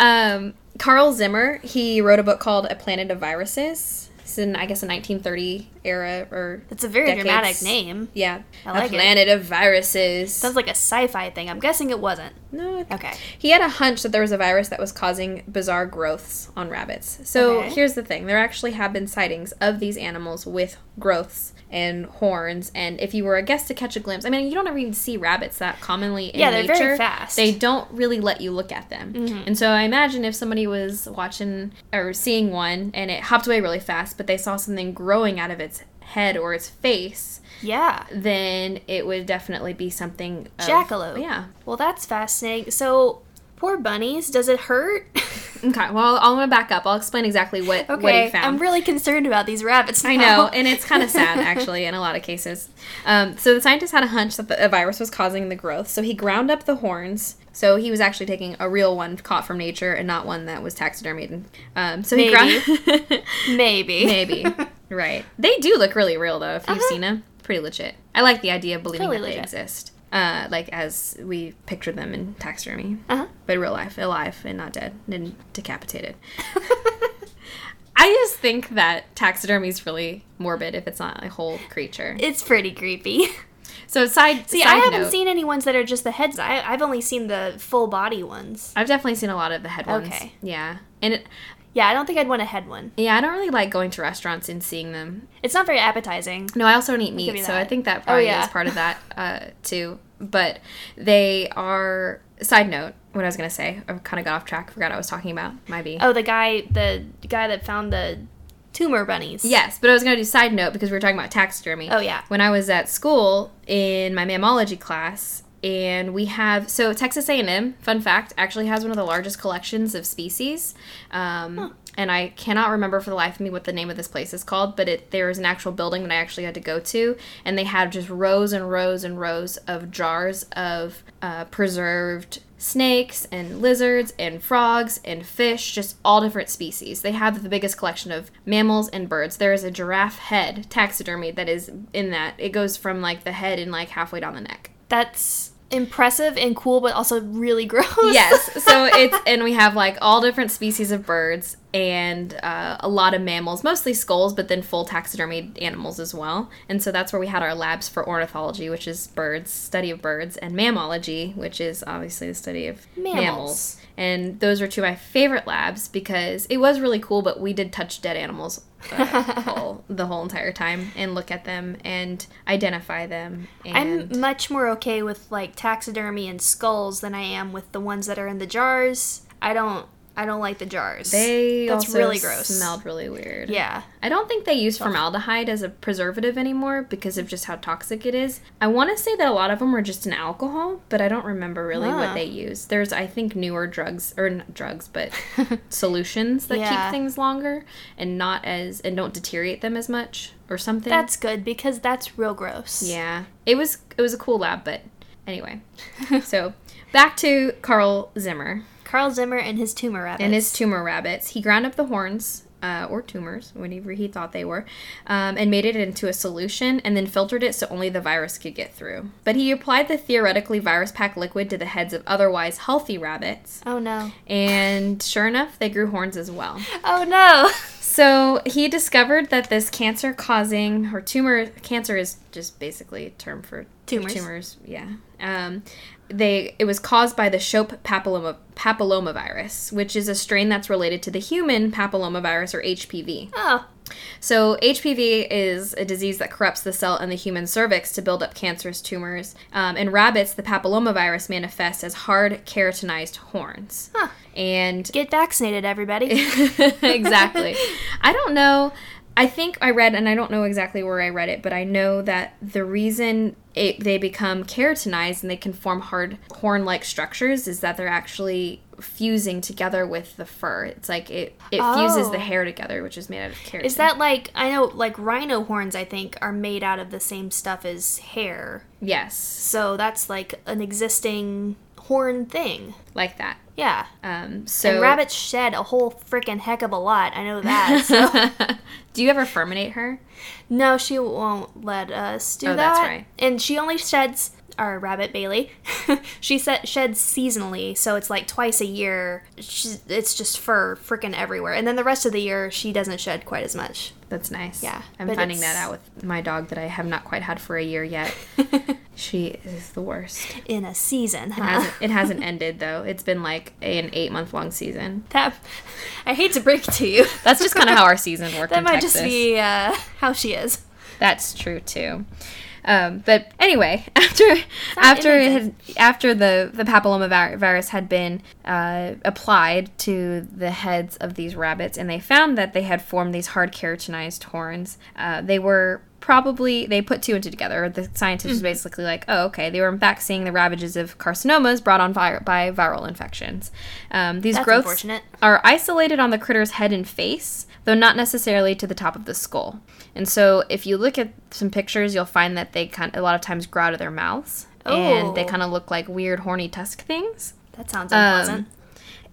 [SPEAKER 1] So, um, Carl Zimmer, he wrote a book called A Planet of Viruses. It's in, I guess, a 1930 era or.
[SPEAKER 2] it's a very
[SPEAKER 1] decades.
[SPEAKER 2] dramatic name.
[SPEAKER 1] Yeah.
[SPEAKER 2] I like
[SPEAKER 1] a
[SPEAKER 2] it.
[SPEAKER 1] Planet of Viruses.
[SPEAKER 2] Sounds like a sci-fi thing. I'm guessing it wasn't.
[SPEAKER 1] no, it-
[SPEAKER 2] Okay.
[SPEAKER 1] He had a hunch that there was a virus that was causing bizarre growths on rabbits. So
[SPEAKER 2] Okay.
[SPEAKER 1] here's the thing there actually have been sightings of these animals with growths and horns. And if you were a guest to catch a glimpse, I mean, you don't ever even see rabbits that commonly in
[SPEAKER 2] Yeah, they're
[SPEAKER 1] nature.
[SPEAKER 2] very fast. Mm-hmm.
[SPEAKER 1] They don't really let you look at them. And so I imagine if somebody was watching or seeing one and it hopped away really fast, but they saw something growing out of its head or its face,
[SPEAKER 2] Yeah.
[SPEAKER 1] then it would definitely be something. of-
[SPEAKER 2] Jackalope.
[SPEAKER 1] Yeah.
[SPEAKER 2] Well, that's fascinating. So, poor bunnies, does it hurt?
[SPEAKER 1] Okay, well, I'm gonna back up. I'll explain exactly what what he found.
[SPEAKER 2] I'm really concerned about these rabbits. Now.
[SPEAKER 1] I know, and it's kind of sad actually in a lot of cases. Um, so the scientist had a hunch that the, a virus was causing the growth, so he ground up the horns. So he was actually taking a real one caught from nature and not one that was taxidermied. And, um, so he ground
[SPEAKER 2] Maybe.
[SPEAKER 1] maybe right. They do look really real though. If you've 'em. seen them, pretty legit. I like the idea of believing
[SPEAKER 2] Uh-huh. Totally
[SPEAKER 1] that they
[SPEAKER 2] legit.
[SPEAKER 1] exist, uh, like as we picture them in taxidermy,
[SPEAKER 2] Uh-huh.
[SPEAKER 1] but real life, alive and not dead and decapitated. I just think that taxidermy is really morbid if it's not a whole creature.
[SPEAKER 2] It's pretty creepy.
[SPEAKER 1] So side
[SPEAKER 2] See,
[SPEAKER 1] side
[SPEAKER 2] I haven't
[SPEAKER 1] note,
[SPEAKER 2] seen any ones that are just the heads. I, I've only seen the full body ones.
[SPEAKER 1] I've definitely seen a lot of the head ones.
[SPEAKER 2] Okay.
[SPEAKER 1] Yeah, and it,
[SPEAKER 2] Yeah, I don't think I'd want a head one.
[SPEAKER 1] yeah, I don't really like going to restaurants and seeing them
[SPEAKER 2] It's not very appetizing.
[SPEAKER 1] No, I also don't eat
[SPEAKER 2] me
[SPEAKER 1] meat, so
[SPEAKER 2] that.
[SPEAKER 1] I think that
[SPEAKER 2] Oh,
[SPEAKER 1] probably
[SPEAKER 2] yeah.
[SPEAKER 1] is part of that uh, too. But they are. Side note: What I was gonna say, I kind of got off track. Forgot what I was talking about. Might be.
[SPEAKER 2] Oh, the guy, the guy that found the tumor bunnies.
[SPEAKER 1] Yes, but I was gonna do side note because we were talking about taxidermy.
[SPEAKER 2] Oh, yeah.
[SPEAKER 1] When I was at school in my mammalogy class, and we have so Texas A&M. Fun fact: actually has one of the largest collections of species. Um, And I cannot remember for the life of me what the name of this place is called, but it there was an actual building that I actually had to go to, and they had just rows and rows and rows of jars of uh, preserved snakes and lizards and frogs and fish, just all different species. They have the biggest collection of mammals and birds. There is a giraffe head taxidermy that is in that. It goes from like the head and like halfway down the neck.
[SPEAKER 2] That's impressive and cool, but also really gross.
[SPEAKER 1] Yes. So it's and we have like all different species of birds and uh, a lot of mammals, mostly skulls, but then full taxidermied animals as well. And so that's where we had our labs for ornithology, which is birds, study of birds, and mammalogy, which is obviously the study of mammals.
[SPEAKER 2] Mammals.
[SPEAKER 1] And those were two of my favorite labs because it was really cool, but we did touch dead animals uh, whole, the whole entire time and look at them and identify them. And
[SPEAKER 2] I'm much more okay with like taxidermy and skulls than I am with the ones that are in the jars. I don't I don't like the jars.
[SPEAKER 1] They
[SPEAKER 2] That's
[SPEAKER 1] also
[SPEAKER 2] really gross.
[SPEAKER 1] Smelled really weird.
[SPEAKER 2] Yeah.
[SPEAKER 1] I don't think they use formaldehyde as a preservative anymore because of just how toxic it is. I want to say that a lot of them were just in alcohol, but I don't remember really
[SPEAKER 2] Ah.
[SPEAKER 1] what they used. There's, I think, newer drugs or not drugs, but solutions that
[SPEAKER 2] Yeah.
[SPEAKER 1] keep things longer and not as and don't deteriorate them as much or something.
[SPEAKER 2] That's good because that's real gross.
[SPEAKER 1] yeah. It was it was a cool lab, but anyway. so back to Carl Zimmer.
[SPEAKER 2] Carl Zimmer and his tumor rabbits.
[SPEAKER 1] and his tumor rabbits. He ground up the horns uh, or tumors, whatever he thought they were, um, and made it into a solution and then filtered it so only the virus could get through. But he applied the theoretically virus packed liquid to the heads of otherwise healthy rabbits,
[SPEAKER 2] oh no.
[SPEAKER 1] and sure enough, they grew horns as well.
[SPEAKER 2] Oh no.
[SPEAKER 1] So he discovered that this cancer causing or tumor cancer is just basically a term for
[SPEAKER 2] Tumors.
[SPEAKER 1] Tumors, yeah. Um, they it was caused by the Shope papilloma papillomavirus, which is a strain that's related to the human papillomavirus or HPV.
[SPEAKER 2] Oh.
[SPEAKER 1] So HPV is a disease that corrupts the cell in the human cervix to build up cancerous tumors. Um, in rabbits, the papillomavirus manifests as hard keratinized horns.
[SPEAKER 2] Huh.
[SPEAKER 1] And
[SPEAKER 2] Get vaccinated, everybody.
[SPEAKER 1] exactly. I don't know. I think I read, and I don't know exactly where I read it, but I know that the reason it, they become keratinized and they can form hard horn like structures is that they're actually fusing together with the fur. It's like it, it fuses
[SPEAKER 2] Oh.
[SPEAKER 1] the hair together, which is made out of keratin.
[SPEAKER 2] Is that like I know like rhino horns I think are made out of the same stuff as hair.
[SPEAKER 1] Yes,
[SPEAKER 2] So that's like an existing horn thing.
[SPEAKER 1] like that.
[SPEAKER 2] Yeah.
[SPEAKER 1] Um, so.
[SPEAKER 2] and rabbits shed a whole freaking heck of a lot. I know that. So.
[SPEAKER 1] Do you ever ferminate her?
[SPEAKER 2] no, she won't let us do
[SPEAKER 1] Oh,
[SPEAKER 2] that.
[SPEAKER 1] that's right.
[SPEAKER 2] And she only sheds our rabbit Bailey. she set, sheds seasonally, so it's like twice a year. She's, it's just fur freaking everywhere. And then the rest of the year, she doesn't shed quite as much.
[SPEAKER 1] That's nice.
[SPEAKER 2] Yeah,
[SPEAKER 1] I'm
[SPEAKER 2] but
[SPEAKER 1] finding that
[SPEAKER 2] it's-
[SPEAKER 1] out with my dog that I have not quite had for a year yet. she is the worst.
[SPEAKER 2] In a season, huh?
[SPEAKER 1] hasn't, it hasn't ended though. It's been like an eight month long season.
[SPEAKER 2] That I hate to break it to you.
[SPEAKER 1] That's just kind of how our season worked.
[SPEAKER 2] that
[SPEAKER 1] in
[SPEAKER 2] might
[SPEAKER 1] Texas.
[SPEAKER 2] just be uh, how she is.
[SPEAKER 1] That's true too. Um, but anyway, after after it had, after the the papilloma virus had been uh, applied to the heads of these rabbits, and they found that they had formed these hard keratinized horns, uh, they were probably they put two and two together. The scientist
[SPEAKER 2] Mm.
[SPEAKER 1] was basically like, "Oh, okay, they were in fact seeing the ravages of carcinomas brought on vir- by viral infections. Um, these
[SPEAKER 2] That's
[SPEAKER 1] growths
[SPEAKER 2] unfortunate.
[SPEAKER 1] are isolated on the critter's head and face, though not necessarily to the top of the skull. And so, if you look at some pictures, you'll find that they kind a lot of times grow out of their mouths,
[SPEAKER 2] Oh.
[SPEAKER 1] and they kind of look like weird horny tusk things.
[SPEAKER 2] That sounds
[SPEAKER 1] Um,
[SPEAKER 2] unpleasant.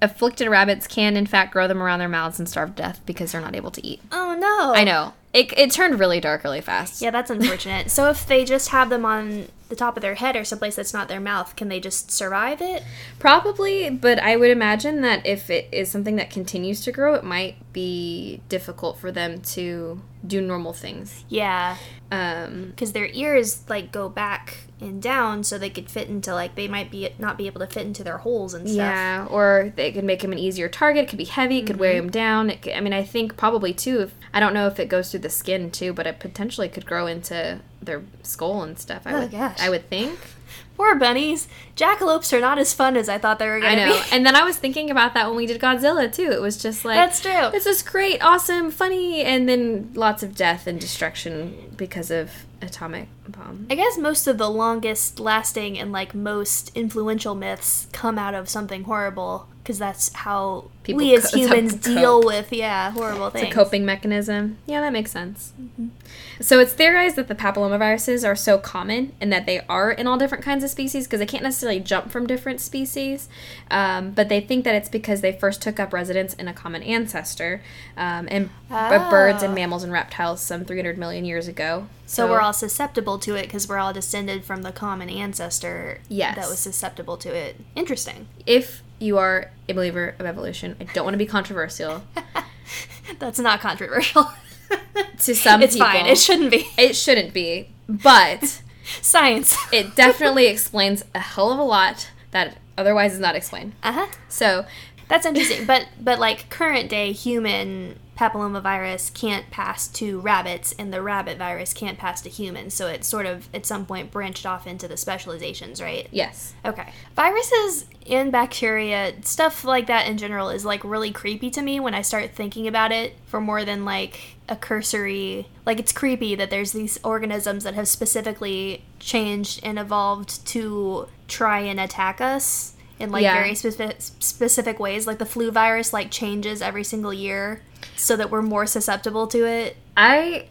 [SPEAKER 1] Afflicted rabbits can, in fact, grow them around their mouths and starve to death because they're not able to eat.
[SPEAKER 2] oh no!
[SPEAKER 1] I know it, it turned really dark really fast.
[SPEAKER 2] Yeah, that's unfortunate. so if they just have them on the top of their head or someplace that's not their mouth, can they just survive it?
[SPEAKER 1] Probably, but I would imagine that if it is something that continues to grow, it might be difficult for them to do normal things.
[SPEAKER 2] Yeah,
[SPEAKER 1] Um,
[SPEAKER 2] because their ears like go back and down, so they could fit into like they might be not be able to fit into their holes and stuff.
[SPEAKER 1] Yeah, or they could make him an easier target. It could be heavy. It could weigh
[SPEAKER 2] Mm-hmm.
[SPEAKER 1] him down. It could, I mean, I think probably too. If I don't know if it goes through the skin too, but it potentially could grow into their skull and stuff. I
[SPEAKER 2] Oh,
[SPEAKER 1] would,
[SPEAKER 2] gosh.
[SPEAKER 1] I would think.
[SPEAKER 2] Poor bunnies. Jackalopes are not as fun as I thought they were
[SPEAKER 1] I
[SPEAKER 2] going to be.
[SPEAKER 1] know. And then I was thinking about that when we did Godzilla too. It was just like
[SPEAKER 2] That's true.
[SPEAKER 1] This is great, awesome, funny, and then lots of death and destruction because of atomic bomb.
[SPEAKER 2] I guess most of the longest lasting and like most influential myths come out of something horrible because that's how
[SPEAKER 1] People
[SPEAKER 2] we as
[SPEAKER 1] co- that's how
[SPEAKER 2] humans
[SPEAKER 1] people
[SPEAKER 2] deal
[SPEAKER 1] cope.
[SPEAKER 2] with yeah horrible things.
[SPEAKER 1] coping mechanism. Yeah, that makes sense. So it's theorized that the papillomaviruses are so common and that they are in all different kinds of species because they can't necessarily jump from different species. Um, but they think that it's because they first took up residence in a common ancestor um, and of birds and
[SPEAKER 2] Ah.
[SPEAKER 1] mammals and reptiles some 300 million years ago.
[SPEAKER 2] So we're all susceptible to it because we're all descended from the common ancestor
[SPEAKER 1] Yes.
[SPEAKER 2] that was susceptible to it. Interesting.
[SPEAKER 1] If you are a believer of evolution, I don't want to be controversial.
[SPEAKER 2] That's not controversial.
[SPEAKER 1] To some
[SPEAKER 2] it's
[SPEAKER 1] people,
[SPEAKER 2] fine. It shouldn't be.
[SPEAKER 1] it shouldn't be, but
[SPEAKER 2] Science.
[SPEAKER 1] it definitely explains a hell of a lot that otherwise is not explained.
[SPEAKER 2] uh huh.
[SPEAKER 1] So
[SPEAKER 2] That's interesting. but but like current day human papillomavirus can't pass to rabbits and the rabbit virus can't pass to humans. So it sort of at some point branched off into the specializations, right?
[SPEAKER 1] Yes.
[SPEAKER 2] Okay. Viruses and bacteria, stuff like that in general, is like really creepy to me when I start thinking about it for more than like a cursory. Like, it's creepy that there's these organisms that have specifically changed and evolved to try and attack us in like
[SPEAKER 1] Yeah.
[SPEAKER 2] very specific, specific ways. Like, the flu virus like changes every single year so that we're more susceptible to it.
[SPEAKER 1] I,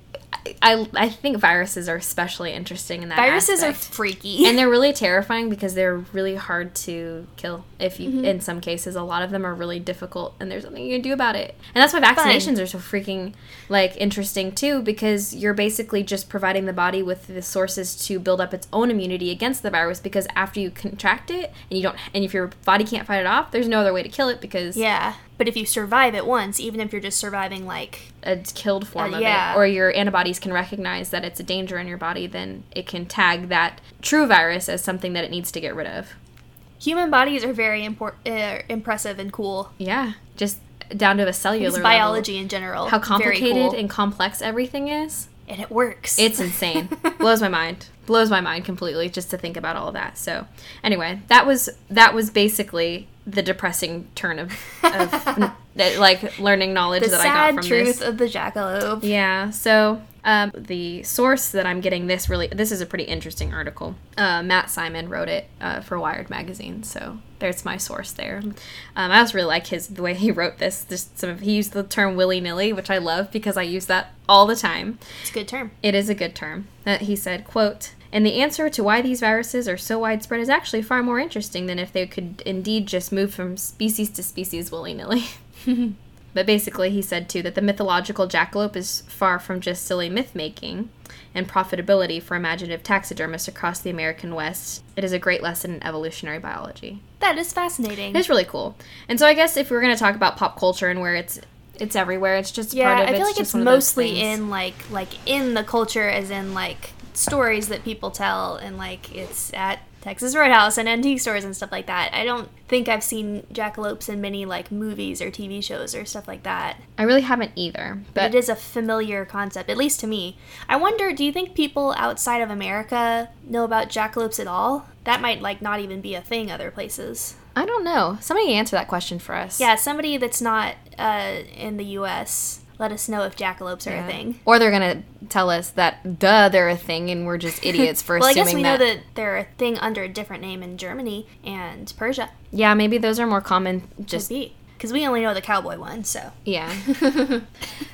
[SPEAKER 1] I, I think viruses are especially interesting in that.
[SPEAKER 2] Viruses
[SPEAKER 1] aspect.
[SPEAKER 2] are freaky.
[SPEAKER 1] and they're really terrifying because they're really hard to kill. If you,
[SPEAKER 2] Mm-hmm.
[SPEAKER 1] in some cases, a lot of them are really difficult, and there's nothing you can do about it. And that's why vaccinations are so freaking like interesting too, because you're basically just providing the body with the sources to build up its own immunity against the virus. Because after you contract it, and you don't, and if your body can't fight it off, there's no other way to kill it because
[SPEAKER 2] yeah. But if you survive it once, even if you're just surviving like
[SPEAKER 1] a killed form
[SPEAKER 2] Uh,
[SPEAKER 1] of
[SPEAKER 2] yeah.
[SPEAKER 1] it, or your antibodies can recognize that it's a danger in your body, then it can tag that true virus as something that it needs to get rid of.
[SPEAKER 2] Human bodies are very impor- uh, impressive and cool.
[SPEAKER 1] Yeah, just down to a cellular
[SPEAKER 2] Just
[SPEAKER 1] level.
[SPEAKER 2] biology in general.
[SPEAKER 1] How
[SPEAKER 2] very
[SPEAKER 1] complicated
[SPEAKER 2] cool.
[SPEAKER 1] and complex everything is.
[SPEAKER 2] And it works.
[SPEAKER 1] It's insane. Blows my mind. Blows my mind completely just to think about all of that. So, anyway, that was that was basically the depressing turn of, of that, like learning knowledge
[SPEAKER 2] the
[SPEAKER 1] that I got
[SPEAKER 2] sad
[SPEAKER 1] from
[SPEAKER 2] truth
[SPEAKER 1] this.
[SPEAKER 2] of the jackalope.
[SPEAKER 1] Yeah. So um, the source that I'm getting this really this is a pretty interesting article. Uh, Matt Simon wrote it uh, for Wired magazine. So there's my source there. Um, I also really like his the way he wrote this. Just some of he used the term willy nilly, which I love because I use that all the time.
[SPEAKER 2] It's a good term.
[SPEAKER 1] It is a good term. That he said, quote, and the answer to why these viruses are so widespread is actually far more interesting than if they could indeed just move from species to species willy nilly. but basically, he said too that the mythological jackalope is far from just silly myth making and profitability for imaginative taxidermists across the American West. It is a great lesson in evolutionary biology.
[SPEAKER 2] That is fascinating.
[SPEAKER 1] It is really cool. And so, I guess if we we're going to talk about pop culture and where it's it's everywhere, it's just
[SPEAKER 2] yeah,
[SPEAKER 1] part of
[SPEAKER 2] I feel like
[SPEAKER 1] just
[SPEAKER 2] it's
[SPEAKER 1] one of those
[SPEAKER 2] mostly
[SPEAKER 1] things.
[SPEAKER 2] in like like in the culture, as in like stories that people tell, and like it's at Texas Roadhouse and antique stores and stuff like that. I don't think I've seen jackalopes in many like movies or TV shows or stuff like that.
[SPEAKER 1] I really haven't either, but
[SPEAKER 2] it is a familiar concept, at least to me. I wonder, do you think people outside of America know about jackalopes at all? That might like not even be a thing other places.
[SPEAKER 1] I don't know. Somebody answer that question for us.
[SPEAKER 2] Yeah, somebody that's not uh, in the U.S. Let us know if jackalopes are a thing.
[SPEAKER 1] Or they're gonna tell us that duh, they're a thing, and we're just idiots for
[SPEAKER 2] Well, I
[SPEAKER 1] assuming
[SPEAKER 2] guess we
[SPEAKER 1] that.
[SPEAKER 2] know that they're a thing under a different name in Germany and Persia.
[SPEAKER 1] Yeah, maybe those are more common.
[SPEAKER 2] Just
[SPEAKER 1] Just
[SPEAKER 2] be because we only know the cowboy one. So
[SPEAKER 1] yeah.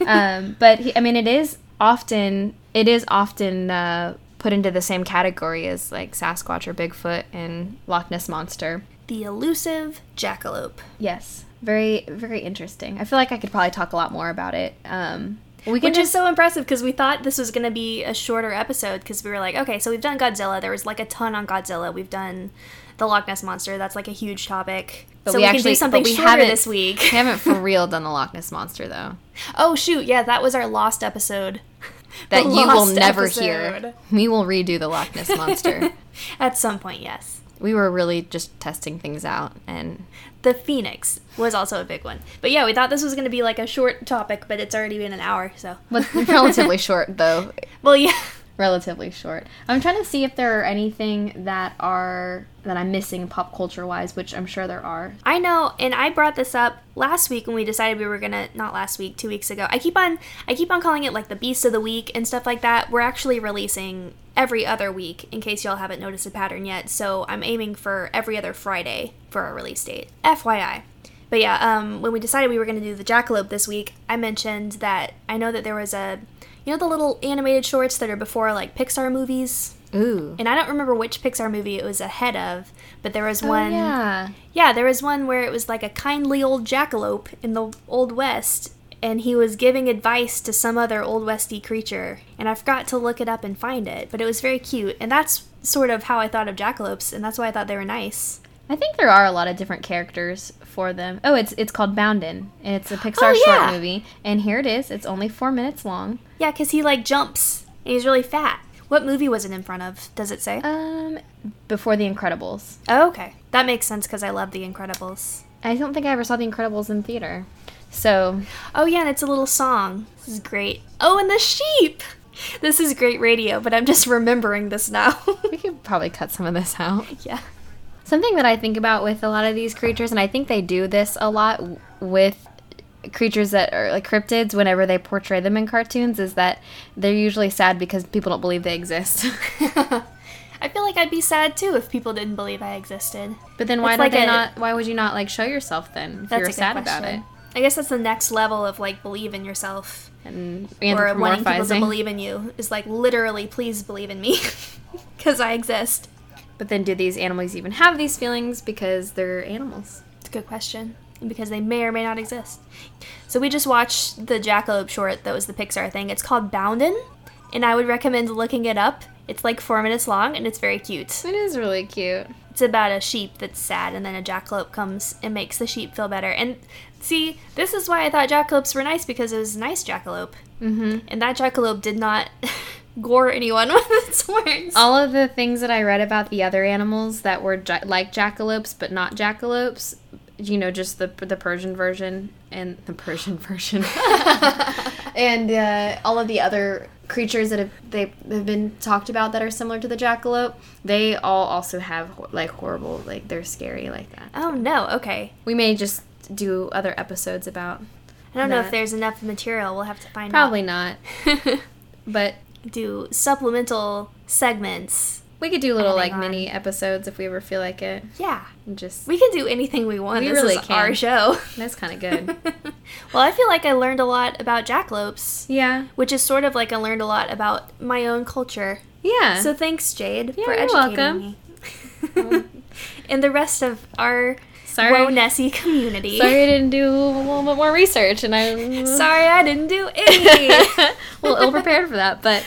[SPEAKER 1] um, but he, I mean, it is often it is often uh, put into the same category as like Sasquatch or Bigfoot and Loch Ness monster.
[SPEAKER 2] the elusive jackalope.
[SPEAKER 1] Yes, very very interesting. I feel like I could probably talk a lot more about it. Um, we can
[SPEAKER 2] Which
[SPEAKER 1] just
[SPEAKER 2] is so impressive because we thought this was going to be a shorter episode because we were like, okay, so we've done Godzilla. There was like a ton on Godzilla. We've done the Loch Ness Monster. That's like a huge topic.
[SPEAKER 1] But
[SPEAKER 2] so
[SPEAKER 1] we
[SPEAKER 2] we, can
[SPEAKER 1] actually-
[SPEAKER 2] do something
[SPEAKER 1] but we
[SPEAKER 2] shorter
[SPEAKER 1] haven't-
[SPEAKER 2] this
[SPEAKER 1] we
[SPEAKER 2] week.
[SPEAKER 1] haven't for real done the Loch Ness monster though.
[SPEAKER 2] oh, shoot. Yeah, that was our lost episode.
[SPEAKER 1] that
[SPEAKER 2] The
[SPEAKER 1] you will
[SPEAKER 2] lost
[SPEAKER 1] never
[SPEAKER 2] episode.
[SPEAKER 1] hear. We will redo the Loch Ness monster.
[SPEAKER 2] At some point, yes.
[SPEAKER 1] we were really just testing things out, and
[SPEAKER 2] The Phoenix was also a big one. But yeah, we thought this was going to be like a short topic, but it's already been an hour, so.
[SPEAKER 1] but relatively short though.
[SPEAKER 2] Well, yeah.
[SPEAKER 1] Relatively short. I'm trying to see if there are anything that are that I'm missing pop culture wise, which I'm sure there are.
[SPEAKER 2] I know, and I brought this up last week when we decided we were gonna not last week, two weeks ago. I keep on I keep on calling it like the beast of the week and stuff like that. We're actually releasing every other week, in case y'all haven't noticed a pattern yet. So I'm aiming for every other Friday for our release date. FYI. But yeah, um, when we decided we were gonna do the jackalope this week, I mentioned that I know that there was a you know the little animated shorts that are before like Pixar movies?
[SPEAKER 1] Ooh.
[SPEAKER 2] And I don't remember which Pixar movie it was ahead of, but there was one.
[SPEAKER 1] yeah.
[SPEAKER 2] Yeah, there was one where it was like a kindly old jackalope in the Old West, and he was giving advice to some other Old Westy creature. And I forgot to look it up and find it, but it was very cute. And that's sort of how I thought of jackalopes, and that's why I thought they were nice.
[SPEAKER 1] I think there are a lot of different characters for them. Oh, it's it's called Boundin, and it's a Pixar
[SPEAKER 2] Oh, yeah.
[SPEAKER 1] short movie. And here it is. It's only four minutes long.
[SPEAKER 2] Yeah, because he like jumps, and he's really fat. What movie was it in front of? Does it say?
[SPEAKER 1] Um, before The Incredibles.
[SPEAKER 2] Oh, okay. That makes sense because I love The Incredibles.
[SPEAKER 1] I don't think I ever saw The Incredibles in theater. So
[SPEAKER 2] Oh yeah, and it's a little song. This is great. Oh, and the sheep. This is great radio, but I'm just remembering this now.
[SPEAKER 1] we could probably cut some of this out.
[SPEAKER 2] yeah.
[SPEAKER 1] Something that I think about with a lot of these creatures, and I think they do this a lot w- with creatures that are like cryptids whenever they portray them in cartoons, is that they're usually sad because people don't believe they exist.
[SPEAKER 2] I feel like I'd be sad too if people didn't believe I existed.
[SPEAKER 1] but then why
[SPEAKER 2] It's
[SPEAKER 1] don't
[SPEAKER 2] like
[SPEAKER 1] they
[SPEAKER 2] a-
[SPEAKER 1] not? Why would you not like show yourself then if
[SPEAKER 2] That's
[SPEAKER 1] you're
[SPEAKER 2] a good
[SPEAKER 1] sad about
[SPEAKER 2] question.
[SPEAKER 1] it
[SPEAKER 2] I guess that's the next level of like believe in yourself
[SPEAKER 1] and
[SPEAKER 2] or wanting people to
[SPEAKER 1] anthropomorphizing?
[SPEAKER 2] believe in you is like literally please believe in me because I exist.
[SPEAKER 1] but then, do these animals even have these feelings because they're animals?
[SPEAKER 2] It's a good question because they may or may not exist. So we just watched the Jackalope short that was the Pixar thing. It's called Boundin, and I would recommend looking it up. It's like four minutes long and it's very cute.
[SPEAKER 1] It is really cute.
[SPEAKER 2] It's about a sheep that's sad, and then a jackalope comes and makes the sheep feel better. And see, this is why I thought jackalopes were nice because it was a nice jackalope,
[SPEAKER 1] Mm-hmm.
[SPEAKER 2] and that jackalope did not gore anyone with its horns.
[SPEAKER 1] All of the things that I read about the other animals that were ja- like jackalopes but not jackalopes, you know, just the the Persian version and the Persian version, and uh, all of the other creatures that have they have been talked about that are similar to the jackalope, they all also have ho- like horrible like they're scary like that.
[SPEAKER 2] oh no! Okay,
[SPEAKER 1] We may just do other episodes about
[SPEAKER 2] I don't know if
[SPEAKER 1] That-
[SPEAKER 2] there's enough material. We'll have to find
[SPEAKER 1] probably not,
[SPEAKER 2] out.
[SPEAKER 1] but
[SPEAKER 2] do supplemental segments.
[SPEAKER 1] we could do little
[SPEAKER 2] Adding
[SPEAKER 1] like mini episodes if we ever feel like it.
[SPEAKER 2] Yeah,
[SPEAKER 1] And Just
[SPEAKER 2] we can do anything we want.
[SPEAKER 1] We
[SPEAKER 2] this
[SPEAKER 1] really
[SPEAKER 2] is our
[SPEAKER 1] can.
[SPEAKER 2] show.
[SPEAKER 1] that's kind of good.
[SPEAKER 2] well, I feel like I learned a lot about jackalopes,
[SPEAKER 1] yeah.
[SPEAKER 2] which is sort of like I learned a lot about my own culture.
[SPEAKER 1] Yeah.
[SPEAKER 2] So thanks, Jade, for
[SPEAKER 1] you're
[SPEAKER 2] educating
[SPEAKER 1] welcome.
[SPEAKER 2] me. and the rest of our
[SPEAKER 1] Sorry.
[SPEAKER 2] Woe Nessie community.
[SPEAKER 1] Sorry I didn't do a little bit more research and I'm
[SPEAKER 2] Sorry, I didn't do any.
[SPEAKER 1] well ill prepared for that, but